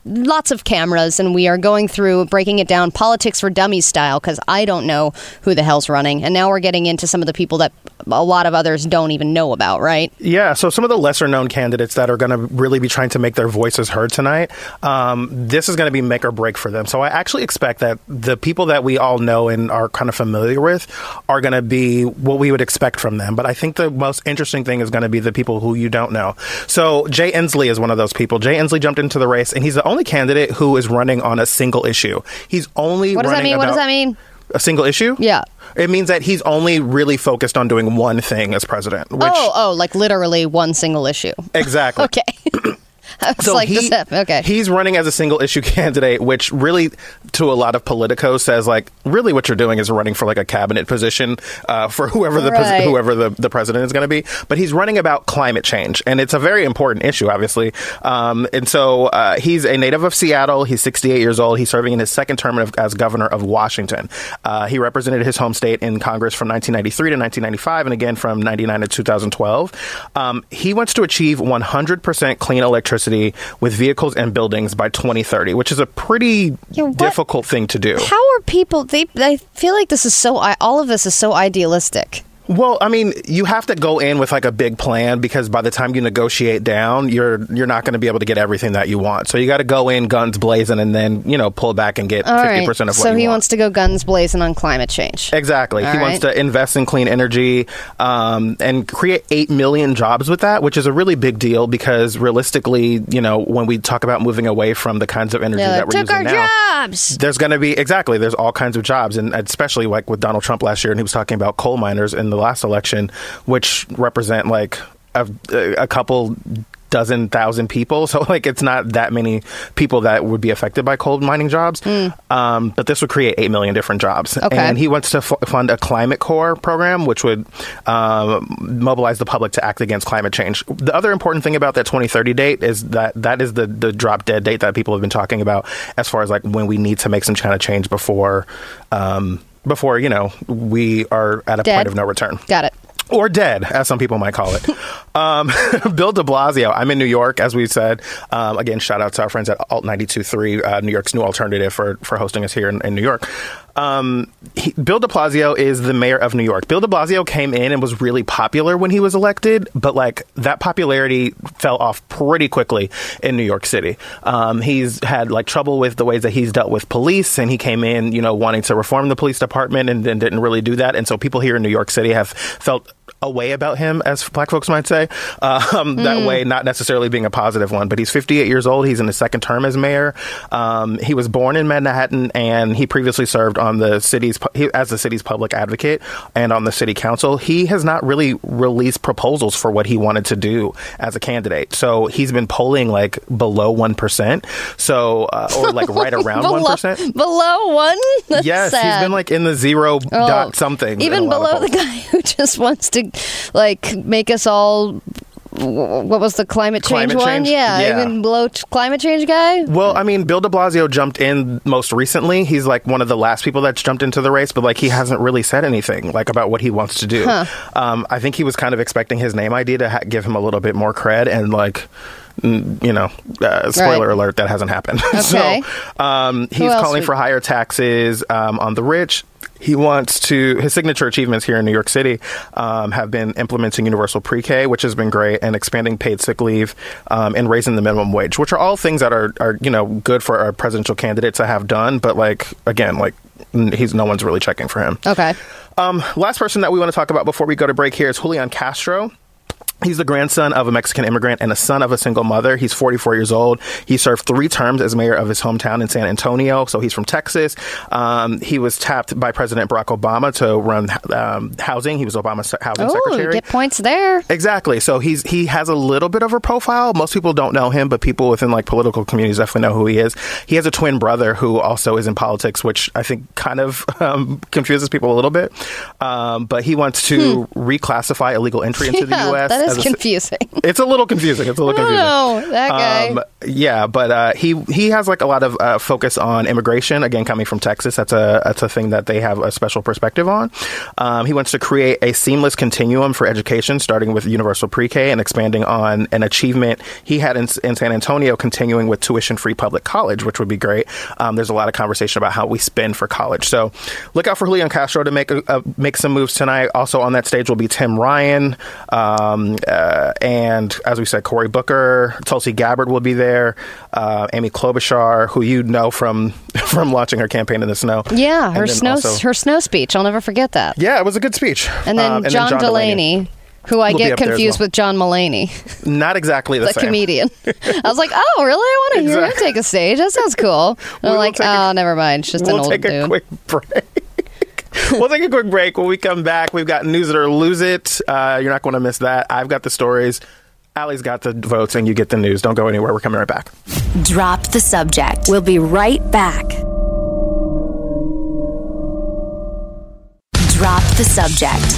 lots of cameras and we are going through breaking it down politics for dummies style because i don't know who the hell's running and now we're getting into some of the people that a lot of others don't even know about right
Yeah, so some of the lesser known candidates that are going to really be trying to make their voices heard tonight, um, this is going to be make or break for them. So I actually expect that the people that we all know and are kind of familiar with are going to be what we would expect from them. But I think the most interesting thing is going to be the people who you don't know. So Jay Inslee is one of those people. Jay Inslee jumped into the race, and he's the only candidate who is running on a single issue. He's only
what does that
running
mean what does
about-
that mean
A single issue?
Yeah.
It means that he's only really focused on doing one thing as president. Which
oh oh like literally one single issue
Exactly.
okay I was like this okay
He's running as a single issue candidate, which really, to a lot of Politico, says like, really, what you're doing is running for like a cabinet position uh, for whoever the pres-
Right.
whoever the, the president is going to be. But he's running about climate change, and it's a very important issue, obviously. Um, and so uh, he's a native of Seattle. He's 68 years old. He's serving in his second term of, as governor of Washington. Uh, he represented his home state in Congress from 1993 to 1995, and again from 99 to 2012. Um, he wants to achieve 100% clean electricity with vehicles and buildings by 2030, which is a pretty
what-
difficult thing to do.
How are people? They I feel like this is so. I- All of this is so idealistic.
Well, I mean, you have to go in with like a big plan because by the time you negotiate down, you're you're not going to be able to get everything that you want. So you got to go in guns blazing and then you know pull back and get
All
fifty
right.
percent of what
so
you
he
want.
wants to go guns blazing on climate change.
Exactly.
All
he wants
right.
to invest in clean energy um, and create 8 million jobs with that, which is a really big deal because realistically, you know, when we talk about moving away from the kinds of energy
They're
that
like,
we're
took
using
our
now.
jobs.
There's going to be exactly. There's all kinds of jobs, and especially like with Donald Trump last year, and he was talking about coal miners in the last election, which represent like a, a couple dozen thousand people. So like it's not that many people that would be affected by coal mining jobs. Um, but this would create eight million different jobs,
Hmm. Okay.
and he wants to f- fund a climate core program, which would um, mobilize the public to act against climate change. The other important thing about that 2030 date is that that is the, the drop dead date that people have been talking about as far as like when we need to make some kind of change before. Um, before you know, we are at a
Dead.
point of no return
Got it.
or dead, as some people might call it. um, Bill de Blasio, I'm in New York, as we said. Um, again, shout out to our friends at Alt 92.3, uh, New York's new alternative for, for hosting us here in, in New York. Um, he, Bill de Blasio is the mayor of New York. Bill de Blasio came in and was really popular when he was elected, but like that popularity fell off pretty quickly in New York City. Um, he's had like trouble with the ways that he's dealt with police, and he came in, you know, wanting to reform the police department and then didn't really do that. And so people here in New York City have felt a way about him, as black folks might say. Um,
Mm.
That way, not necessarily being a positive one, but he's 58 years old. He's in his second term as mayor. Um, he was born in Manhattan, and he previously served on the city's pu- he, as the city's public advocate and on the city council. He has not really released proposals for what he wanted to do as a candidate. So he's been polling like below one percent, so uh, or like right around one
Below,
percent.
below one. That's
Yes, he's
sad.
been like in the zero
Oh,
dot something. in a
Even
lot of
below the
polls.
guy who just wants to, like, make us all. What was the climate change
Climate
one?
change?
Yeah,
Yeah.
even below t- climate change guy.
Well, I mean, Bill de Blasio jumped in most recently. He's like one of the last people that's jumped into the race, but like he hasn't really said anything like about what he wants to do. Um, I think he was kind of expecting his name idea to ha- give him a little bit more cred and like. mm, You know, uh, spoiler
Right.
alert, that hasn't happened.
Okay.
so um, he's
else
calling
would-
for higher taxes um, on the rich. He wants to, his signature achievements here in New York City um, have been implementing universal pre K, which has been great, and expanding paid sick leave um, and raising the minimum wage, which are all things that are, are, you know, good for our presidential candidates to have done. But, like, again, like, n- he's no one's really checking for him.
Okay.
Um, last person that we want to talk about before we go to break here is Julian Castro. He's the grandson of a Mexican immigrant and a son of a single mother. He's 44 years old. He served three terms as mayor of his hometown in San Antonio. So he's from Texas. Um, he was tapped by President Barack Obama to run um, housing. He was Obama's housing
Oh, you
secretary.
get points there.
Exactly. So he's he has a little bit of a profile. Most people don't know him, but people within like political communities definitely know who he is. He has a twin brother who also is in politics, which I think kind of um, confuses people a little bit. Um, but he wants to reclassify illegal entry into the
Hmm. Yeah,
U.S.
that
as
is
a ci-
confusing.
it's a little confusing. It's a little
I don't
confusing. Um,
know. That guy.
yeah, but uh, he he has like a lot of uh, focus on immigration. Again, coming from Texas, that's a that's a thing that they have a special perspective on. Um, he wants to create a seamless continuum for education, starting with universal pre-K and expanding on an achievement he had in, in San Antonio, continuing with tuition-free public college, which would be great. Um, there's a lot of conversation about how we spend for college. So look out for Julian Castro to make a, uh, make some moves tonight. Also on that stage will be Tim Ryan, um, uh, and as we said, Cory Booker, Tulsi Gabbard will be there, uh, Amy Klobuchar, who you know from from launching her campaign in the snow.
Yeah,
And
her
then
snow
also-
her snow speech. I'll never forget that.
yeah, it was a good speech.
And then,
Um,
John, Delaney, who I
Will be
get
up there as
confused
well.
with John Mulaney,
Not exactly the
the
same.
comedian. I was like, oh, really? I want to hear him
Exactly.
take a stage. That sounds cool. And
We
I'm
will
like,
take a-
oh, never mind. It's just an
We'll
old
take a
dude.
quick break. we'll take a quick break. When we come back, we've got news it or lose it. Uh, you're not going to miss that. I've got the stories. Allie's got the votes, and you get the news. Don't go anywhere. We're coming right back.
Drop the subject. We'll be right back. Drop the subject.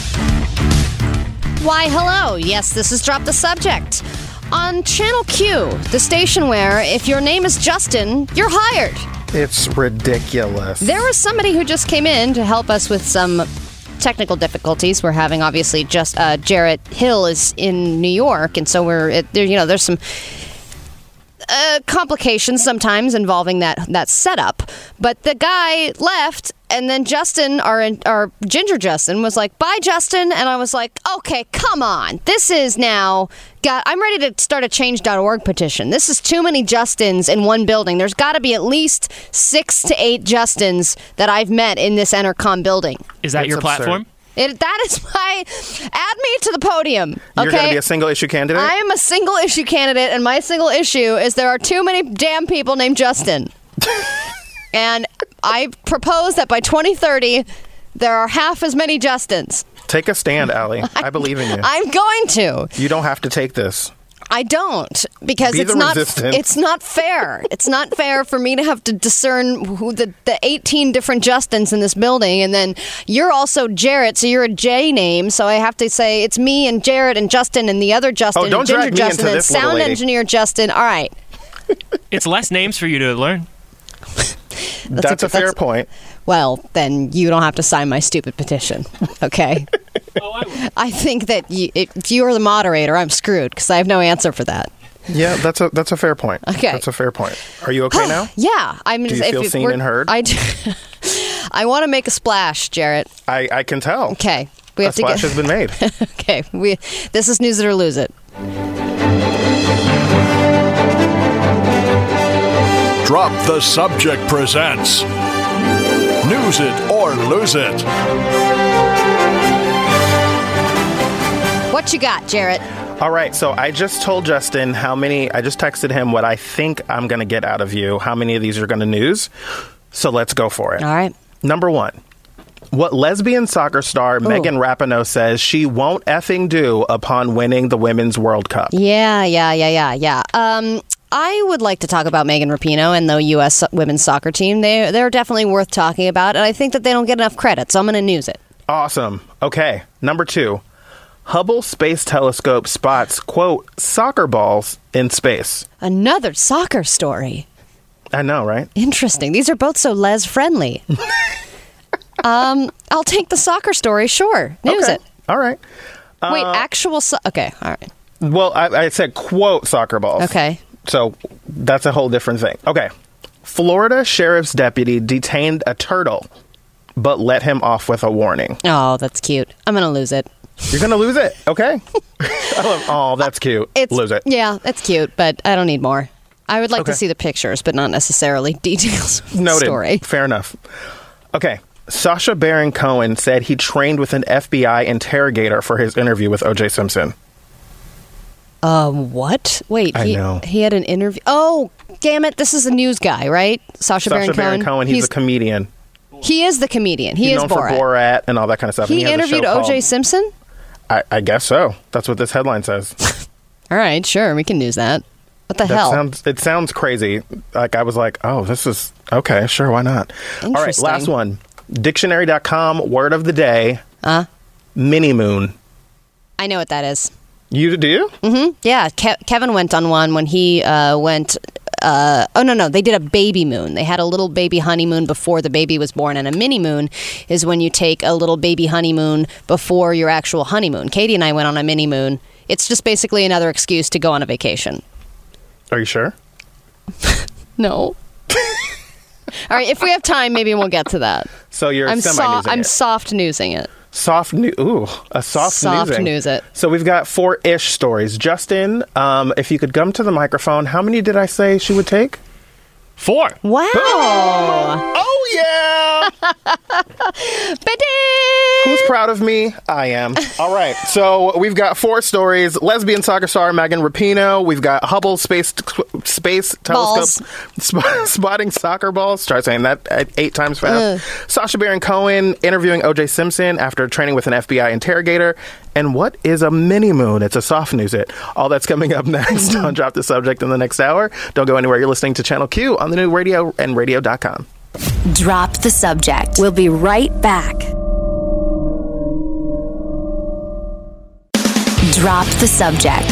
Why, hello. Yes, this is Drop the Subject. On Channel Q, the station where if your name is Justin, you're hired.
It's ridiculous.
There was somebody who just came in to help us with some technical difficulties we're having. Obviously, just uh, Jarrett Hill is in New York, and so we're it, there. You know, there's some uh, complications sometimes involving that that setup. But the guy left, and then Justin, our our Ginger Justin, was like, "Bye, Justin," and I was like, "Okay, come on, this is now." Got, I'm ready to start a change.org petition. This is too many Justins in one building. There's got to be at least six to eight Justins that I've met in this Entercom building.
Is that
It's
your
absurd.
platform?
It, that is my. Add me to the podium. Okay?
You're going to be a single issue candidate.
I am a single issue candidate, and my single issue is there are too many damn people named Justin. and I propose that by 2030, there are half as many Justins.
take a stand, Allie. I believe in you.
I'm going to.
you don't have to take this.
I don't because
Be
it's
the
not
resistance.
it's not fair. it's not fair for me to have to discern who the, the 18 different Justins in this building and then you're also Jarrett so you're a J name so I have to say it's me and Jarrett and Justin and the other Justin
Oh, don't
and Ginger
drag me
Justin
into
and
this little
sound
lady.
engineer Justin. All right.
It's less names for you to learn.
That's, a, fair point.
Well, then you don't have to sign my stupid petition. Okay. I think that you, if you're the moderator, I'm screwed because I have no answer for that.
Yeah, that's a that's a fair point.
Okay.
that's a fair point. Are you okay now?
Yeah, I mean,
Do you
if
feel
it
seen
were-
and heard?
I do. I want to make a splash, Jarrett.
I I can tell.
Okay, we
A
have to
splash
get.
has been made.
okay, we. This is news it or lose it.
Drop the Subject presents News It or Lose It.
What you got, Jarrett?
All right, so I just told Justin how many, I just texted him what I think I'm going to get out of you, how many of these are going to news. So let's go for it.
All right.
Number one, what lesbian soccer star Megan Rapinoe says she won't effing do upon winning the Women's World Cup.
Yeah, yeah, yeah, yeah, yeah. Um, I would like to talk about Megan Rapinoe and the U.S. so- women's soccer team. They they're definitely worth talking about, and I think that they don't get enough credit, so I'm going to news it.
Awesome. Okay, number two, Hubble Space Telescope spots, quote, soccer balls in space.
Another soccer story.
I know, right?
Interesting. These are both so les friendly. um, I'll take the soccer story. Sure, news
Okay. Uh,
it.
All right.
Wait, actual. So- okay, all right.
Well, I, I said quote soccer balls.
Okay.
So that's a whole different thing. Okay. Florida sheriff's deputy detained a turtle, but let him off with a warning.
Oh, that's cute. I'm gonna lose it.
You're gonna lose it. Okay. I love. Oh, that's cute.
It's
lose it.
Yeah, it's cute, but I don't need more. I would like to
Okay.
see the pictures, but not necessarily details. Of the
Noted.
story.
Fair enough. Okay. Sasha Baron Cohen said he trained with an FBI interrogator for his interview with O.J. Simpson.
Um, what? Wait,
I
he,
know.
he had an interview. Oh, damn it! This is a news guy, right? Sasha,
Sasha
Baron Cohen.
Baron Cohen, he's, a comedian.
he is the comedian. He
he's
is
known
Borat.
for Borat and all that kind of stuff.
He,
and has a show
interviewed O.J.
called-
Simpson.
I, I guess so. That's what this headline says.
All right, sure, we can use that. What the
That
hell?
sounds it sounds crazy. Like I was like, oh, this is okay, sure, why not? All right,
Interesting.
last one. Dictionary.com word of the day. Uh mini moon.
I know what that is. Mm-hmm,
You do?
Yeah, Ke- Kevin went on one when he uh, went. Uh, oh no, no, they did a baby moon. They had a little baby honeymoon before the baby was born, and a mini moon is when you take a little baby honeymoon before your actual honeymoon. Katie and I went on a mini moon. It's just basically another excuse to go on a vacation.
Are you sure?
No. All right, if we have time, maybe we'll get to that.
So you're
I'm
semi
so-
newsing
I'm
it.
soft newsing it.
soft new ooh, a soft
Soft
newsing.
news it.
So we've got four ish stories. Justin, um, if you could come to the microphone, how many did I say she would take?
Four.
Wow.
Oh yeah!
Ba-ding!
Who's proud of me? I am. All right. So we've got four stories: lesbian soccer star Megan Rapinoe. We've got Hubble space space telescope sp- spotting soccer balls. Start saying that uh, eight times fast. Sasha Baron Cohen interviewing O.J. Simpson after training with an FBI interrogator. And what is a mini moon? It's a soft news. It. All that's coming up next. Don't drop the subject in the next hour. Don't go anywhere. You're listening to Channel Q on the new radio and radio.com.
Drop the subject. We'll be right back. Drop the subject.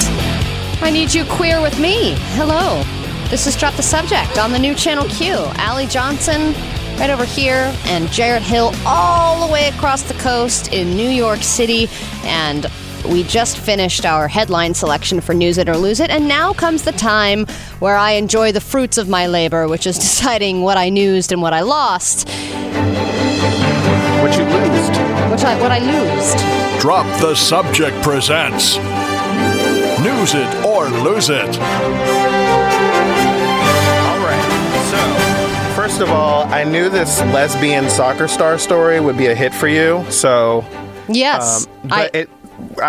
I need you queer with me. Hello. This is Drop the Subject on the new channel Q. Allie Johnson right over here and Jared Hill all the way across the coast in New York City. And we just finished our headline selection for News It or Lose It. And now comes the time where I enjoy the fruits of my labor, which is deciding what I newsed and what I lost,
What you lose?
which I, what I losed.
Drop the Subject presents News It or Lose It.
All right. So, first of all, I knew this lesbian soccer star story would be a hit for you. So, um,
Yes.
but
I,
it. I,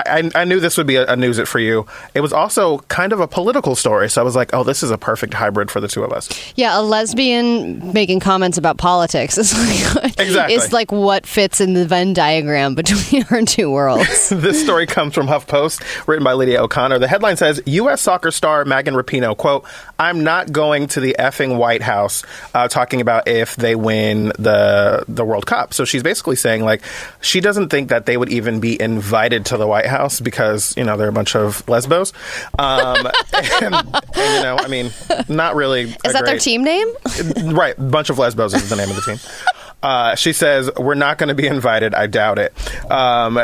I I knew this would be a, a news it for you. It was also kind of a political story, so I was like, "Oh, this is a perfect hybrid for the two of us."
Yeah, a lesbian making comments about politics is like,
Exactly.
is like what fits in the Venn diagram between our two worlds.
this story comes from HuffPost, written by Lydia O'Connor. The headline says U.S. soccer star Megan Rapinoe, quote, I'm not going to the effing White House, uh, talking about if they win the, the World Cup. So she's basically saying, like, she doesn't think that they would even be invited to the White House because, you know, they're a bunch of lesbos. Um, and, and, you know, I mean, not really.
Is that their team name?
right. Bunch of Lesbos is the name of the team. Uh, she says, We're not going to be invited. I doubt it. Um,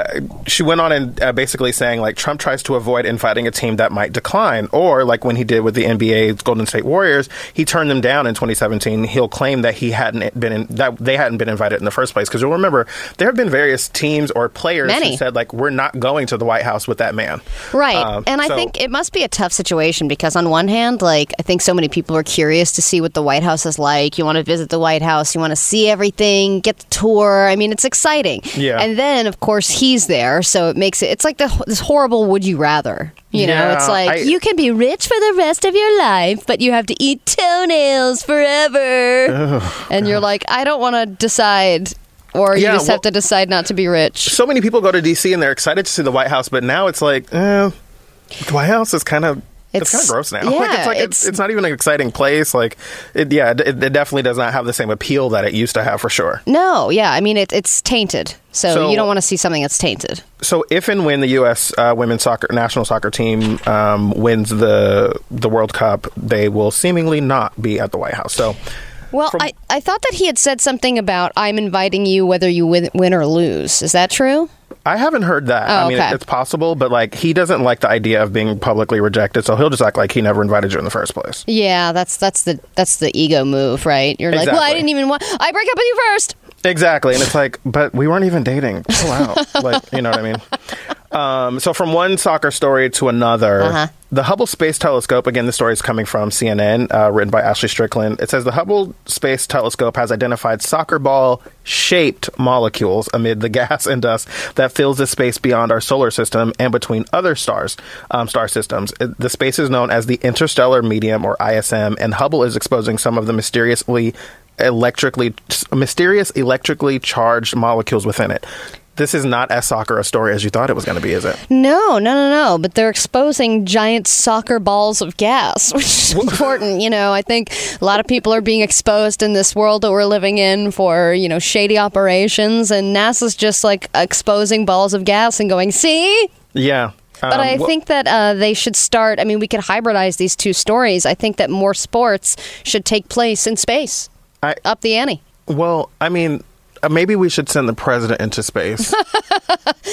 she went on and uh, basically saying, like, Trump tries to avoid inviting a team that might decline. Or, like, when he did with the NBA's Golden State Warriors, he turned them down in 2017. He'll claim that he hadn't been in, that they hadn't been invited in the first place. Because you'll remember, there have been various teams or players
Many.
who said, like, We're not going to the White House with that man.
Right.
Um,
and I
so-
think it must be a tough situation because, on one hand, like, I think so many people are curious to see what the White House is like. You want to visit the White House, you want to see everything, get the tour. I mean, it's exciting.
Yeah.
And then, of course, he's there. So it makes it, it's like the, this horrible would you rather. You know,
Yeah,
it's like,
I-
you can be rich for the rest of your life, but you have to eat toenails forever. and you're like, I don't want to decide. Or you
Yeah,
just
well-
have to decide not to be rich.
so many people go to DC and they're excited to see the White House, but now it's like, eh, the White House is kind of.
It's-
It's, kind of gross now.
yeah,
like it's like it's,
it's-
it's not even an exciting place. Like, it, yeah, it, it definitely does not have the same appeal that it used to have for sure.
No, yeah. I mean, it, it's tainted. So,
So-
you don't want to see something that's tainted.
So, if and when the U.S. Uh, women's soccer national soccer team um, wins the the World Cup, they will seemingly not be at the White House. So,
Well,
from-
I, I thought that he had said something about I'm inviting you whether you win, win or lose. Is that true?
I haven't heard that. I
Oh,
mean,
okay.
it's possible, but like he doesn't like the idea of being publicly rejected, so he'll just act like he never invited you in the first place.
Yeah, that's that's the that's the ego move, right? You're like, well, I
Exactly.
didn't even want. I break up with you first.
Exactly. And it's like, but we weren't even dating. Chill out. like, you know what I mean? Um, so, from one soccer story to another, the Hubble Space Telescope, again, the story is coming from CNN, uh, written by Ashley Strickland. It says the Hubble Space Telescope has identified soccer ball shaped molecules amid the gas and dust that fills the space beyond our solar system and between other stars, um, star systems. It- The space is known as the interstellar medium or ISM, and Hubble is exposing some of the mysteriously electrically mysterious electrically charged molecules within it. This is not as soccer a story as you thought it was going to be, is it?
No, no, no, no. But they're exposing giant soccer balls of gas, which is important. You know, I think a lot of people are being exposed in this world that we're living in for, you know, shady operations. And NASA's just like exposing balls of gas and going, see?
Yeah.
But
Um,
I think that uh, they should start. I mean, we could hybridize these two stories. I think that more sports should take place in space.
I-
Up the ante.
Well, I mean, uh, maybe we should send the president into space.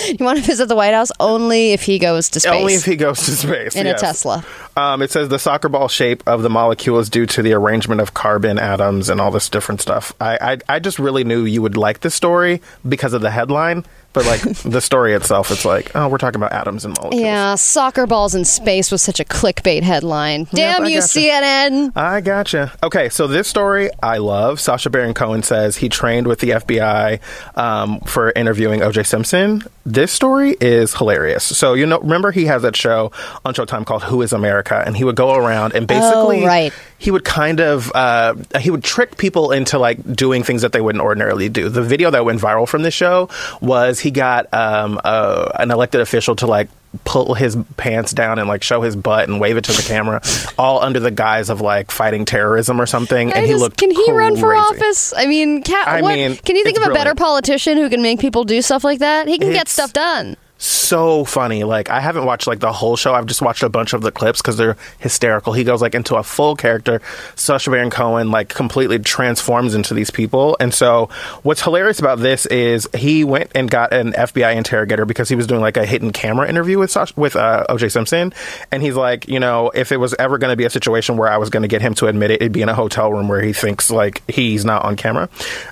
You want to visit the White House only if he goes to space.
Only if he goes to space.
in
yes.
a Tesla.
Um, it says the soccer ball shape of the molecule is due to the arrangement of carbon atoms and all this different stuff. I, I, I just really knew you would like this story because of the headline, but like the story itself, it's like, oh, we're talking about atoms and molecules.
Yeah, soccer balls in space was such a clickbait headline. Damn
I
you,
gotcha.
CNN!
I gotcha. Okay, so this story I love. Sasha Baron Cohen says he trained with the FBI um, for interviewing OJ Simpson. This story is hilarious. So you know, remember he has that show on Showtime called "Who Is America," and he would go around and basically,
right.
he would kind of uh, he would trick people into like doing things that they wouldn't ordinarily do. The video that went viral from this show was he got um, uh, an elected official to like pull his pants down and like show his butt and wave it to the camera, all under the guise of like fighting terrorism or something.
I
and he
just-
looked
can he run for
crazy.
office? I mean, cat,
I
what,
mean,
can you think of
it's
a better
brilliant.
politician who can make people do stuff like that? He can get
It's-
stuff done.
So funny. Like I haven't watched like the whole show. I've just watched a bunch of the clips because they're hysterical. He goes like into a full character. Sacha Baron Cohen like completely transforms into these people. And so what's hilarious about this is he went and got an FBI interrogator because he was doing like a hidden camera interview with Sasha, with uh, OJ Simpson. And he's like, you know, if it was ever going to be a situation where I was going to get him to admit it, it'd be in a hotel room where he thinks like he's not on camera.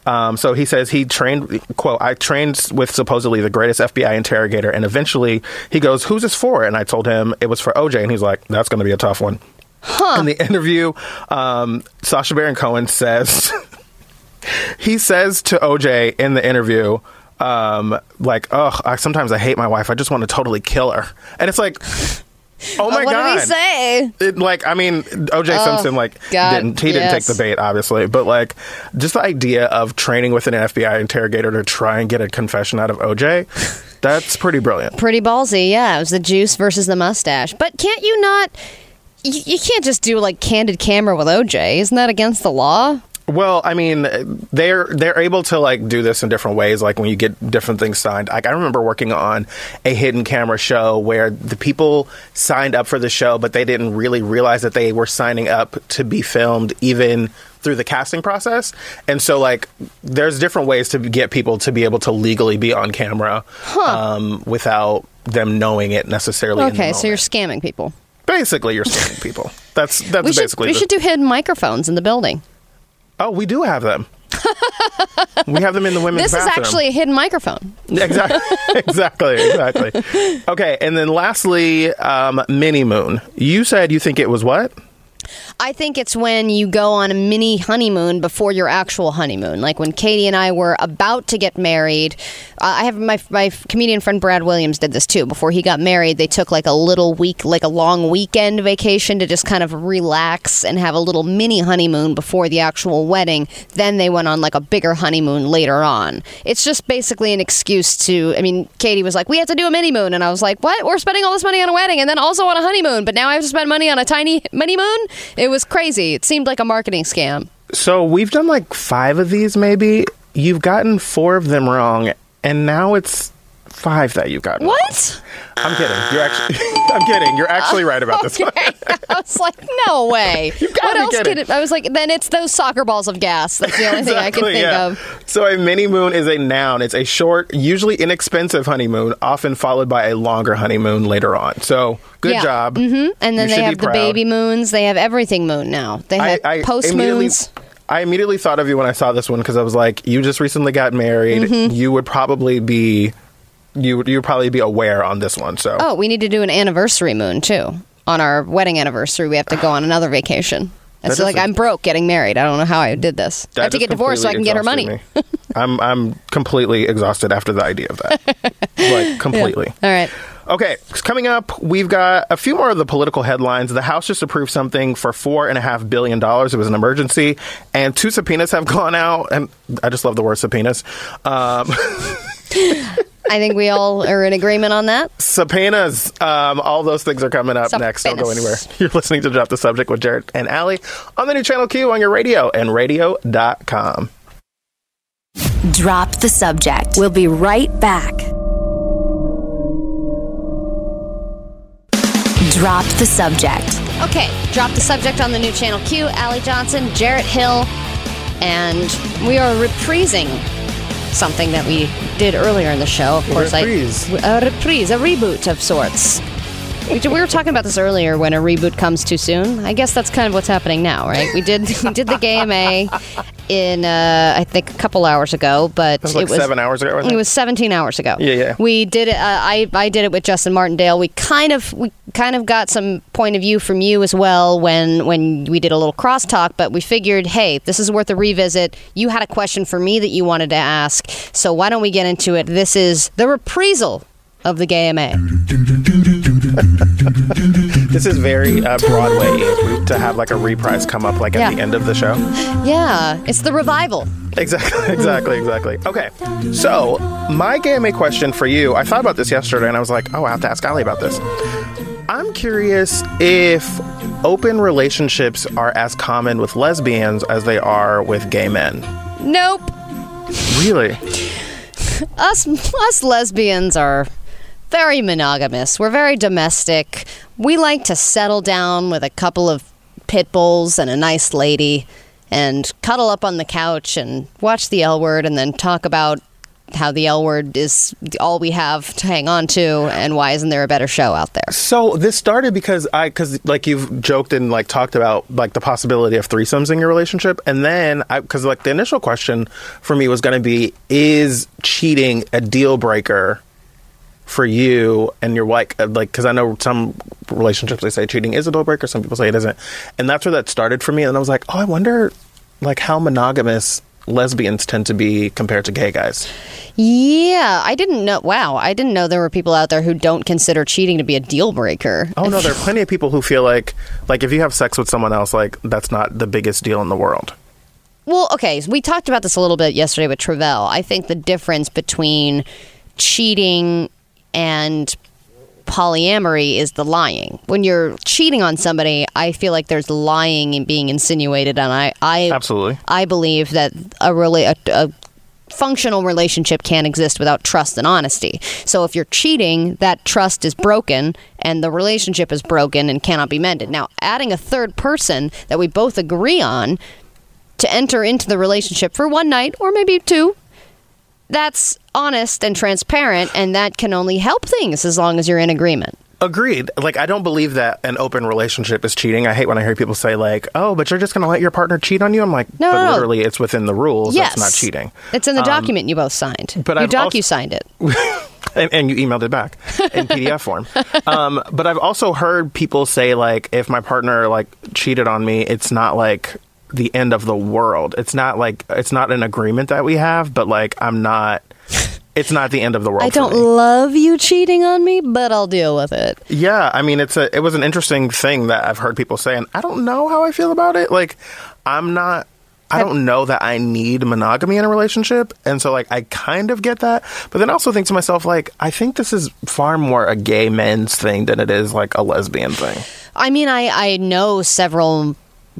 Um, so he says he trained, quote, I trained with supposedly the greatest FBI interrogator. And eventually he goes, Who's this for? And I told him it was for OJ. And he's like, That's going to be a tough one. In the interview, um, Sasha Baron Cohen says, he says to OJ in the interview, um, like, oh, I, sometimes I hate my wife. I just want to totally kill her. And it's like, oh my
Uh, what
God.
did he say? Oh,
It, like I mean, OJ Simpson like
God,
didn't he didn't
yes.
take the bait, obviously, but like just the idea of training with an FBI interrogator to try and get a confession out of OJ, that's pretty brilliant.
Pretty ballsy, yeah. It was the juice versus the mustache. But can't you not? You, you can't just do like candid camera with OJ. Isn't that against the law?
Well, I mean, they're they're able to like do this in different ways. Like when you get different things signed. Like I remember working on a hidden camera show where the people signed up for the show, but they didn't really realize that they were signing up to be filmed, even through the casting process. And so, like, there's different ways to get people to be able to legally be on camera um, without them knowing it necessarily. in the
Okay, so you're scamming
moment.
people.
basically you're scamming people. That's that's
We should
basically
we
the-
should do hidden microphones in the building.
Oh, we do have them. we have them in the women's
This is
bathroom.
actually a hidden microphone.
exactly, exactly, exactly. Okay, and then lastly, um, mini moon. You said you think it was what?
I think it's when you go on a mini honeymoon before your actual honeymoon. Like when Katie and I were about to get married, uh, I have my my comedian friend Brad Williams did this too. Before he got married, they took like a little week, like a long weekend vacation to just kind of relax and have a little mini honeymoon before the actual wedding. Then they went on like a bigger honeymoon later on. It's just basically an excuse to. I mean, Katie was like, "We have to do a mini moon," and I was like, "What? We're spending all this money on a wedding and then also on a honeymoon, but now I have to spend money on a tiny mini moon." It was crazy. It seemed like a marketing scam.
So we've done like five of these, maybe. You've gotten four of them wrong, and now it's five that you've gotten. wrong.
What?
I'm kidding. You're actually. I'm kidding. You're actually right about this one.
Okay. I was like, no way.
gotta
what
be
else
kidding.
could it? I was like, then it's those soccer balls of gas. That's the only thing I can
Exactly,
think
yeah.
of.
So a mini moon is a noun. It's a short, usually inexpensive honeymoon, often followed by a longer honeymoon later on. So good
Yeah. Mm-hmm.
job.
And then they
You should be
have the
proud.
baby moons. They have everything moon now. They have post
immediately-
moons.
I immediately thought of you when I saw this one because I was like, you just recently got married.
Mm-hmm.
You would probably be, you would you would probably be aware on this one. So
Oh, we need to do an anniversary moon too. On our wedding anniversary, we have to go on another vacation. And
That
so, like,
doesn't-
I'm broke getting married. I don't know how I did this. I have to get divorced so I can get her money.
I'm I'm completely exhausted after the idea of that, like completely.
All right.
Okay, coming up, we've got a few more of the political headlines. The House just approved something for four and a half billion dollars. It was an emergency, and two subpoenas have gone out. And I just love the word subpoenas. Um,
I think we all are in agreement on that.
subpoenas, um, all those things are coming up next. Don't go anywhere.
Subpoenas.
You're listening to Drop the Subject with Jared and Allie on the new channel Q on your radio and radio.com.
Drop the subject. We'll be right back. Drop the subject.
Okay, drop the subject on the new channel Q. Allie Johnson, Jarrett Hill, and we are reprising something that we did earlier in the show. Of course,
reprise.
I a reprise, a reboot of sorts. We, we were talking about this earlier when a reboot comes too soon. I guess that's kind of what's happening now, right? We did we did the game A in uh, I think a couple hours ago, but
was like
it was
seven hours ago, I think.
It was 17 hours ago.
Yeah, yeah.
We did it. Uh, I I did it with Justin Martindale. We kind of we kind of got some point of view from you as well when when we did a little crosstalk. But we figured, hey, this is worth a revisit. You had a question for me that you wanted to ask, so why don't we get into it? This is the reprisal of the GMA.
This is very uh, Broadway to have like a reprise come up like at
Yeah.
the end of the show.
Yeah, it's the revival.
Exactly, exactly, exactly. Okay, so my GMA question for you I thought about this yesterday and I was like, oh, I have to ask Ali about this. I'm curious if open relationships are as common with lesbians as they are with gay men.
Nope.
Really?
us us lesbians are very monogamous. We're very domestic. We like to settle down with a couple of pit bulls and a nice lady and cuddle up on the couch and watch the L word and then talk about how the L word is all we have to hang on to and why isn't there a better show out there?
So this started because I, because like you've joked and like talked about like the possibility of threesomes in your relationship, and then I, because like the initial question for me was going to be, is cheating a deal breaker for you and your wife? Uh, Like, because I know some relationships they say cheating is a deal breaker, some people say it isn't, and that's where that started for me. And I was like, oh, I wonder, like how monogamous lesbians tend to be compared to gay guys.
Yeah, I didn't know. Wow, I didn't know there were people out there who don't consider cheating to be a deal breaker.
Oh no, there are plenty of people who feel like like if you have sex with someone else, like that's not the biggest deal in the world.
Well, okay, so we talked about this a little bit yesterday with Travell. I think the difference between cheating and polyamory is the lying. When you're cheating on somebody, I feel like there's lying and being insinuated, and I, I
Absolutely.
I believe that a really a, a functional relationship can't exist without trust and honesty. So if you're cheating, that trust is broken and the relationship is broken and cannot be mended. Now, adding a third person that we both agree on to enter into the relationship for one night or maybe two that's honest and transparent and that can only help things as long as you're in agreement
Agreed. Like I don't believe that an open relationship is cheating. I hate when I hear people say like, "Oh, but you're just going to let your partner cheat on you." I'm like,
No,
but
no, no.
literally, it's within the rules.
yes
That's not cheating. Um,
it's in the document you both signed
but
you
I've also-
docu-signed it
and, and you emailed it back in PDF form. Um, but I've also heard people say like, if my partner like cheated on me, it's not like the end of the world. It's not like it's not an agreement that we have, but like I'm not. It's not the end of the world.
I
for
don't
me.
love you cheating on me, but I'll deal with it.
Yeah, I mean, it's a it was an interesting thing that I've heard people say, and I don't know how I feel about it. Like, I'm not. I don't know that I need monogamy in a relationship, and so like I kind of get that, but then I also think to myself like I think this is far more a gay men's thing than it is like a lesbian thing.
I mean, I, I know several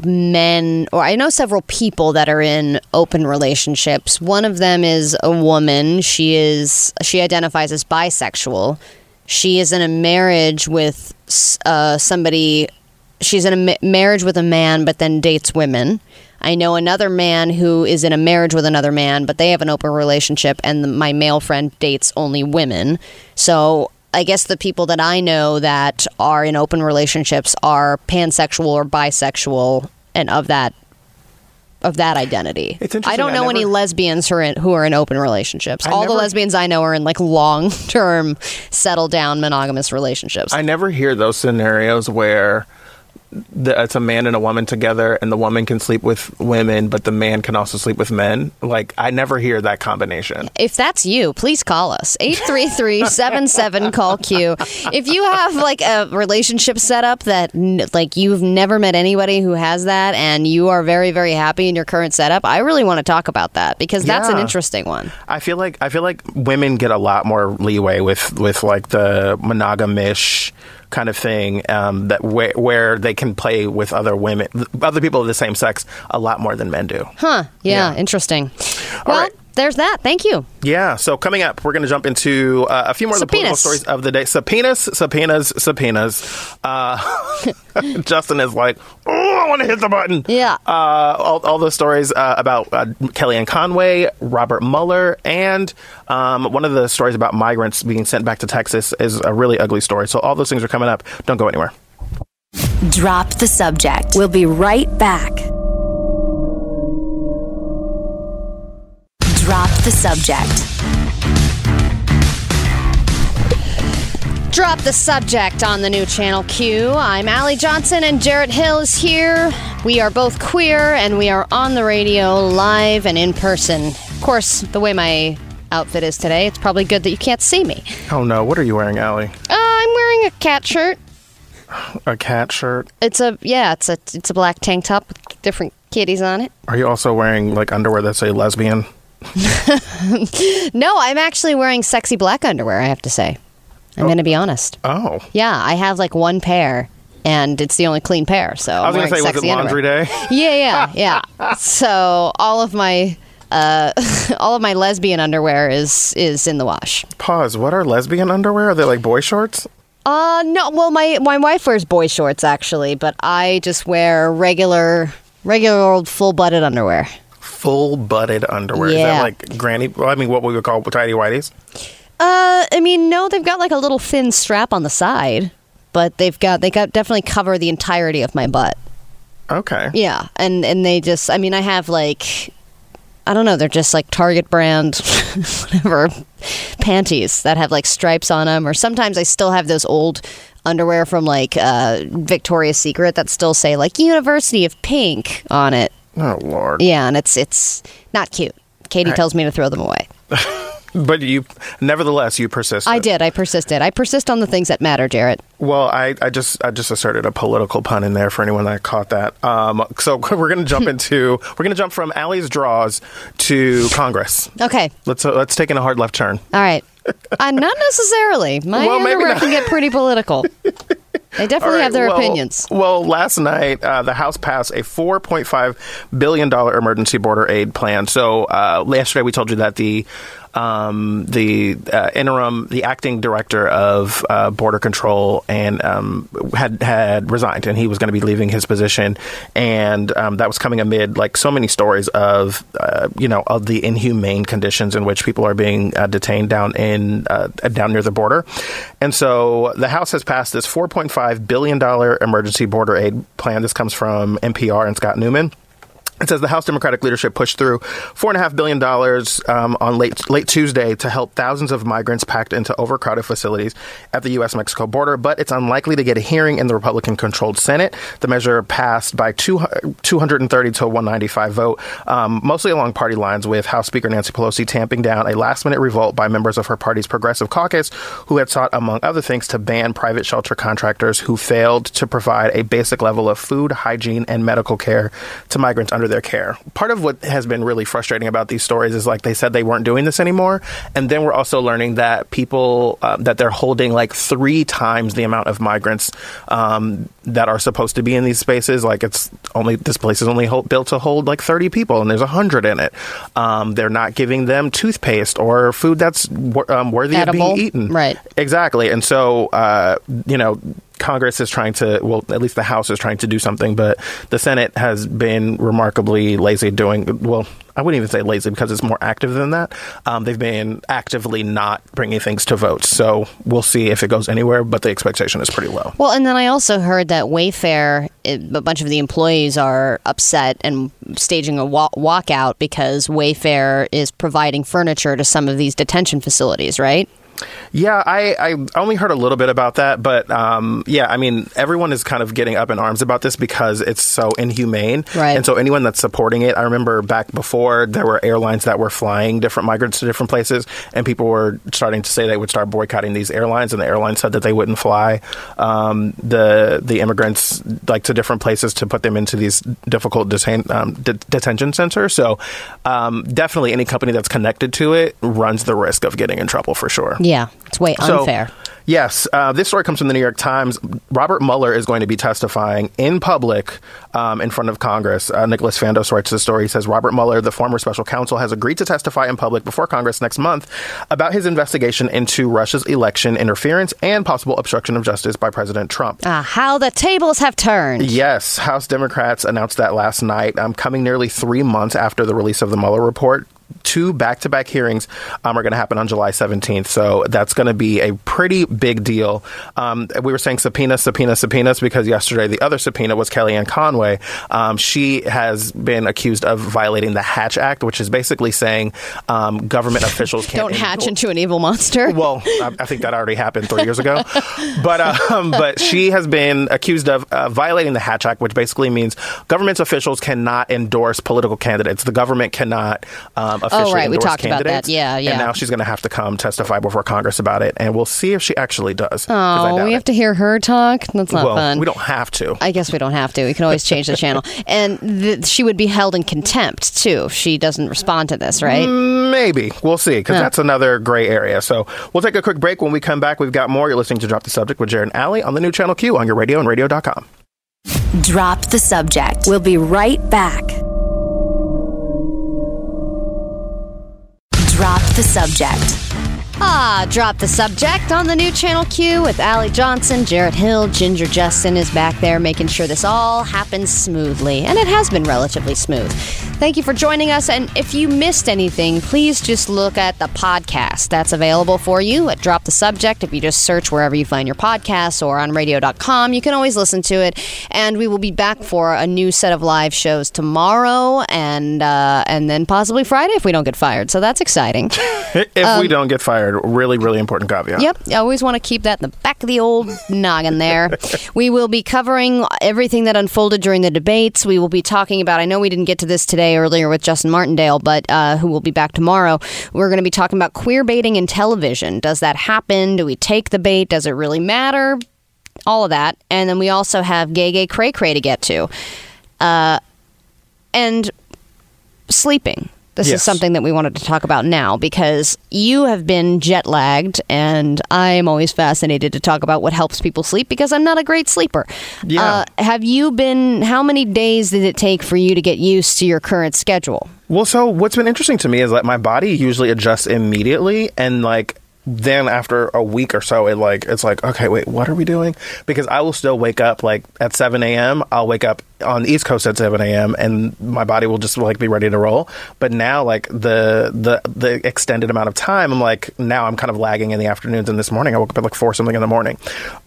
men, or I know several people that are in open relationships. One of them is a woman. She is she identifies as bisexual. She is in a marriage with uh, somebody. She's in a ma- marriage with a man, but then dates women. I know another man who is in a marriage with another man, but they have an open relationship, and the, my male friend dates only women. So I guess the people that I know that are in open relationships are pansexual or bisexual, and of that of that identity.
It's interesting,
I don't
I
know any
never-
lesbians who are in, who are in open relationships.
I
All the
never-
lesbians I know are in like long term, settle down, monogamous relationships.
I never hear those scenarios where the, it's a man and a woman together, and the woman can sleep with women, but the man can also sleep with men. Like I never hear that combination.
if that's you, please call us 833-77 call Q. If you have like a relationship setup that n- like you've never met anybody who has that and you are very very happy in your current setup, I really want to talk about that because that's an
Yeah.
interesting one.
I feel like I feel like women get a lot more leeway with with like the monogamish kind of thing um, that where, where they can play with other women, other people of the same sex, a lot more than men do.
Huh, yeah, interesting. well,
right.
there's that. Thank you.
Yeah. So coming up, we're going to jump into uh, a few more of the political
Subpoenas.
stories of the day. Subpoenas, subpoenas, subpoenas. Uh, Justin is like, oh, I want to hit the button.
Yeah.
Uh, all, all those stories uh, about uh, Kellyanne Conway, Robert Mueller, and um, one of the stories about migrants being sent back to Texas is a really ugly story. So all those things are coming up. Don't go anywhere.
Drop the subject. We'll be right back. Drop the subject.
Drop the subject on the new channel Q. I'm Allie Johnson and Jarrett Hill is here. We are both queer and we are on the radio live and in person. Of course, the way my outfit is today, it's probably good that you can't see me.
Oh no! What are you wearing, Allie?
Uh, I'm wearing a cat shirt.
A cat shirt?
It's a yeah, it's a it's a black tank top with different kitties on it.
Are you also wearing like underwear that say lesbian?
No, I'm actually wearing sexy black underwear, I have to say. I'm going to be honest.
Oh.
Yeah, I have like one pair and it's the only clean pair, so
I was
going to
say, was it laundry day?
Yeah, yeah, yeah. so all of my uh, all of my lesbian underwear is is in the wash.
Pause. What are lesbian underwear? Are they like boy shorts?
Uh, no. Well, my my wife wears boy shorts actually, but I just wear regular regular old full butted underwear.
Full butted underwear. Is
Yeah.
that like granny? Well, I mean, what we would call tidy whities.
Uh, I mean, no, they've got like a little thin strap on the side, but they've got they got definitely cover the entirety of my butt.
Okay.
Yeah, and and they just I mean I have like I don't know they're just like Target brand whatever panties that have like stripes on them or sometimes I still have those old underwear from like uh, Victoria's Secret that still say like University of Pink on it.
Oh lord.
Yeah, and it's it's not cute. Katie tells me to throw them away.
But you, nevertheless, you persist.
I did. I persisted. I persist on the things that matter, Jarrett.
Well, I, I just I just asserted a political pun in there for anyone that caught that. Um, so we're gonna jump into we're gonna jump from Allie's draws to Congress.
Okay.
Let's uh, let's take in a hard left turn.
All right. Uh, not necessarily. My
Well, maybe
underwear
not.
can get pretty political. They definitely have their
All right, well-
opinions.
Well, last night uh, the House passed a 4.5 billion dollar emergency border aid plan. So uh, yesterday we told you that the um, the uh, interim, the acting director of uh, border control, and um, had had resigned, and he was going to be leaving his position, and um, that was coming amid like so many stories of uh, you know of the inhumane conditions in which people are being uh, detained down in uh, down near the border, and so the House has passed this 4.5 billion dollar emergency border aid plan. This comes from NPR and Scott Newman. It says the House Democratic leadership pushed through four and a half billion dollars um, on late late Tuesday to help thousands of migrants packed into overcrowded facilities at the U.S. Mexico border, but it's unlikely to get a hearing in the Republican controlled Senate. The measure passed by two, 230 to 195 vote, um, mostly along party lines, with House Speaker Nancy Pelosi tamping down a last minute revolt by members of her party's Progressive Caucus, who had sought, among other things, to ban private shelter contractors who failed to provide a basic level of food, hygiene, and medical care to migrants under their care. Part of what has been really frustrating about these stories is like they said they weren't doing this anymore, and then we're also learning that people uh, that they're holding like three times the amount of migrants um, that are supposed to be in these spaces. Like it's only this place is only hold, built to hold like thirty people, and there's hundred in it. Um, they're not giving them toothpaste or food that's wor- um, worthy
Edible.
of being eaten.
Right.
Exactly. And so, uh, you know, Congress is trying to, well, at least the House is trying to do something, but the Senate has been remarkably lazy doing, well, I wouldn't even say lazy because it's more active than that. Um, they've been actively not bringing things to vote. So we'll see if it goes anywhere, but the expectation is pretty low.
Well, and then I also heard that Wayfair, it, a bunch of the employees are upset and staging a wa- walkout because Wayfair is providing furniture to some of these detention facilities, right?
Yeah, I, I only heard a little bit about that, but um, yeah, I mean, everyone is kind of getting up in arms about this because it's so inhumane.
Right.
And so anyone that's supporting it, I remember back before there were airlines that were flying different migrants to different places, and people were starting to say they would start boycotting these airlines, and the airlines said that they wouldn't fly um, the the immigrants like to different places to put them into these difficult detain, um, de- detention centers. So um, definitely, any company that's connected to it runs the risk of getting in trouble for sure.
Yeah, it's way
So,
unfair.
Yes, uh, this story comes from the New York Times. Robert Mueller is going to be testifying in public um, in front of Congress. Uh, Nicholas Fandos writes the story. He says Robert Mueller, the former special counsel, has agreed to testify in public before Congress next month about his investigation into Russia's election interference and possible obstruction of justice by President Trump.
Ah, how the tables have turned.
Yes, House Democrats announced that last night. Um, coming nearly three months after the release of the Mueller report, two back to back hearings um, are going to happen on July 17th. So that's going to be a pretty big deal. Um, we were saying subpoena, subpoena, subpoenas because yesterday the other subpoena was Kellyanne Conway. Um, she has been accused of violating the Hatch Act, which is basically saying um, government officials can't
Don't hatch into an evil monster.
well, I, I think that already happened three years ago. But um, but she has been accused of uh, violating the Hatch Act, which basically means government officials cannot endorse political candidates. The government cannot um, officially
Oh, right. We
endorse
talked about that.
candidates.
Yeah, yeah.
And now she's going to have to come testify before Congress about it, and we'll see if she actually does. 'cause I
Oh,
doubt
we
it.
have to hear her talk. That's not
well,
fun.
we don't have to.
I guess we don't have to. We can always change the channel. And th- she would be held in contempt too if she doesn't respond to this, right?
Maybe. We'll see, because that's another gray area. So we'll take a quick break. When we come back, we've got more. You're listening to Drop the Subject with Jared and Alley on the new Channel Q on your radio and radio.com.
Drop the subject. We'll be right back. Drop the subject.
Ah, drop the subject on the new Channel Q with Allie Johnson, Jarrett Hill, Ginger Justin is back there making sure this all happens smoothly. And it has been relatively smooth. Thank you for joining us. And if you missed anything, please just look at the podcast. That's available for you at Drop the Subject. If you just search wherever you find your podcasts or on radio.com, you can always listen to it. And we will be back for a new set of live shows tomorrow and, uh, and then possibly Friday if we don't get fired. So that's exciting.
If we don't get fired, really, really important caveat.
Yep. I always want to keep that in the back of the old noggin there. We will be covering everything that unfolded during the debates. We will be talking about, I know we didn't get to this today earlier with Justin Martindale, but uh, who will be back tomorrow. We're going to be talking about queer baiting in television. Does that happen? Do we take the bait? Does it really matter? All of that. And then we also have Gay Gay Cray Cray to get to. Uh, and sleeping. This is
Yes.
something that we wanted to talk about now because you have been jet lagged, and I am always fascinated to talk about what helps people sleep because I'm not a great sleeper.
Yeah.
Uh, have you been, how many days did it take for you to get used to your current schedule?
Well, so what's been interesting to me is that my body usually adjusts immediately and like then after a week or so it like it's like okay wait what are we doing because i will still wake up like at 7 a.m i'll wake up on the east coast at 7 a.m and my body will just like be ready to roll but now like the the the extended amount of time i'm like now i'm kind of lagging in the afternoons and this morning i woke up at like four something in the morning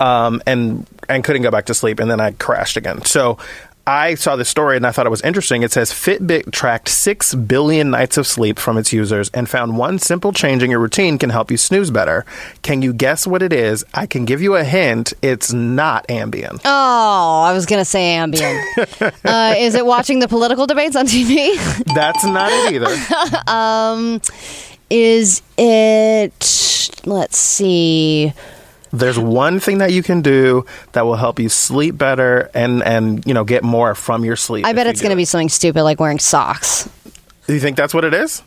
um and and couldn't go back to sleep and then i crashed again so I saw this story and I thought it was interesting. It says Fitbit tracked 6 billion nights of sleep from its users and found one simple change in your routine can help you snooze better. Can you guess what it is? I can give you a hint. It's not Ambien.
Oh, I was going to say Ambien. uh, is it watching the political debates on TV?
That's not it either.
is it, let's see.
There's one thing that you can do that will help you sleep better and and you know get more from your sleep.
I
if
bet
you
it's going to
do
be something stupid like wearing socks.
it. Do you think that's what it is?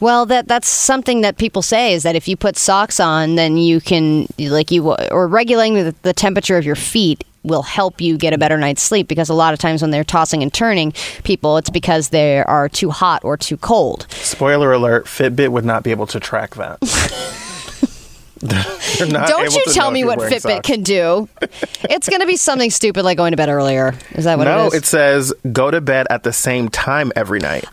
Well, that that's something that people say is that if you put socks on, then you can like you or regulating the, the temperature of your feet will help you get a better night's sleep because a lot of times when they're tossing and turning people, it's because they are too hot or too cold.
Spoiler alert, Fitbit would not be able to track that. They're not
Don't
able
you
to
tell
know
me
if you're
what
wearing
Fitbit
socks.
can do. It's going to be something stupid like going to bed earlier. Is that what
no,
it is?
it says go to bed at the same time every night.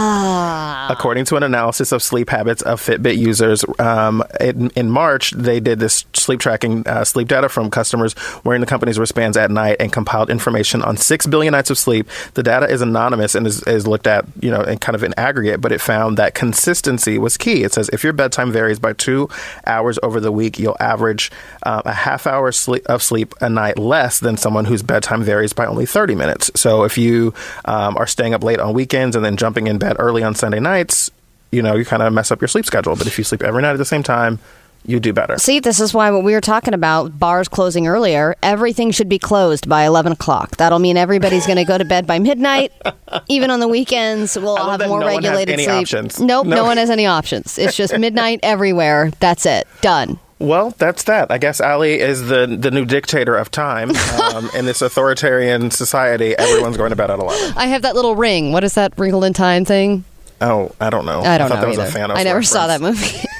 Ah. According to an analysis of sleep habits of Fitbit users, um, in, in March, they did this sleep tracking uh, sleep data from customers wearing the company's wristbands at night and compiled information on 6 billion nights of sleep. The data is anonymous and is, is looked at, you know, in kind of in aggregate, but it found that consistency was key. It says if your bedtime varies by two hours over the week, you'll average uh, a half hour sleep, of sleep a night less than someone whose bedtime varies by only 30 minutes. So if you um, are staying up late on weekends and then jumping in bed early on Sunday nights, you know, you kind of mess up your sleep schedule. But if you sleep every night at the same time, you do better.
See, this is why what we were talking about bars closing earlier. Everything should be closed by eleven o'clock. That'll mean everybody's going to go to bed by midnight. Even on the weekends, we'll
I
all have
love that
more
no one has
regulated
any
sleep.
options.
Nope, no.
No.
one has any options. It's just midnight everywhere. That's it. Done.
Well, that's that. I guess Ali is the the new dictator of time um, in this authoritarian society. Everyone's going to bed at 11.
I have that little ring. What is that wrinkle in time thing?
Oh, I don't know.
I don't
thought
know
that was
either.
a Thanos
I never saw that
reference.
movie.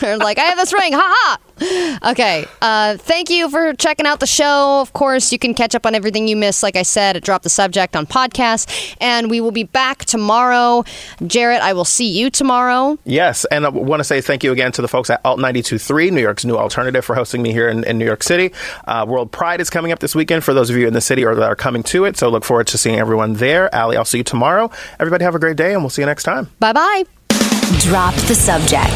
They're like, I have this ring, ha ha. Okay, uh, thank you for checking out the show. Of course, you can catch up on everything you missed. Like I said, at Drop the Subject on podcast, and we will be back tomorrow. Jarrett, I will see you tomorrow.
Yes, and I want to say thank you again to the folks at Alt 92.3, New York's new alternative, for hosting me here in, in New York City. Uh, World Pride is coming up this weekend for those of you in the city or that are coming to it. So look forward to seeing everyone there. Ali, I'll see you tomorrow. Everybody have a great day, and we'll see you next time.
Bye bye.
Drop the subject.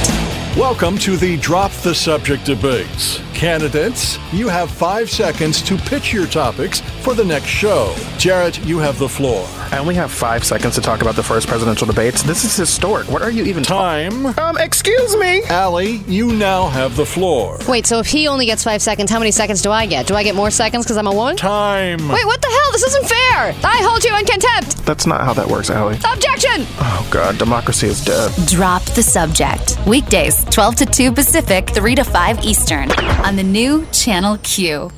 Welcome to the Drop the Subject debates. Candidates, you have five seconds to pitch your topics for the next show. Jarrett, you have the floor.
I only have five seconds to talk about the first presidential debates. This is historic. What are you even talking
Time.
Um, excuse me.
Allie, you now have the floor.
Wait, so if he only gets five seconds, how many seconds do I get? Do I get more seconds because I'm a woman?
Time.
Wait, what the hell? This isn't fair. I hold you in contempt.
That's not how that works, Ali.
Objection.
Oh, God. Democracy is dead.
Drop the subject. Weekdays, 12 to 2 Pacific, 3 to 5 Eastern, on the new Channel Q.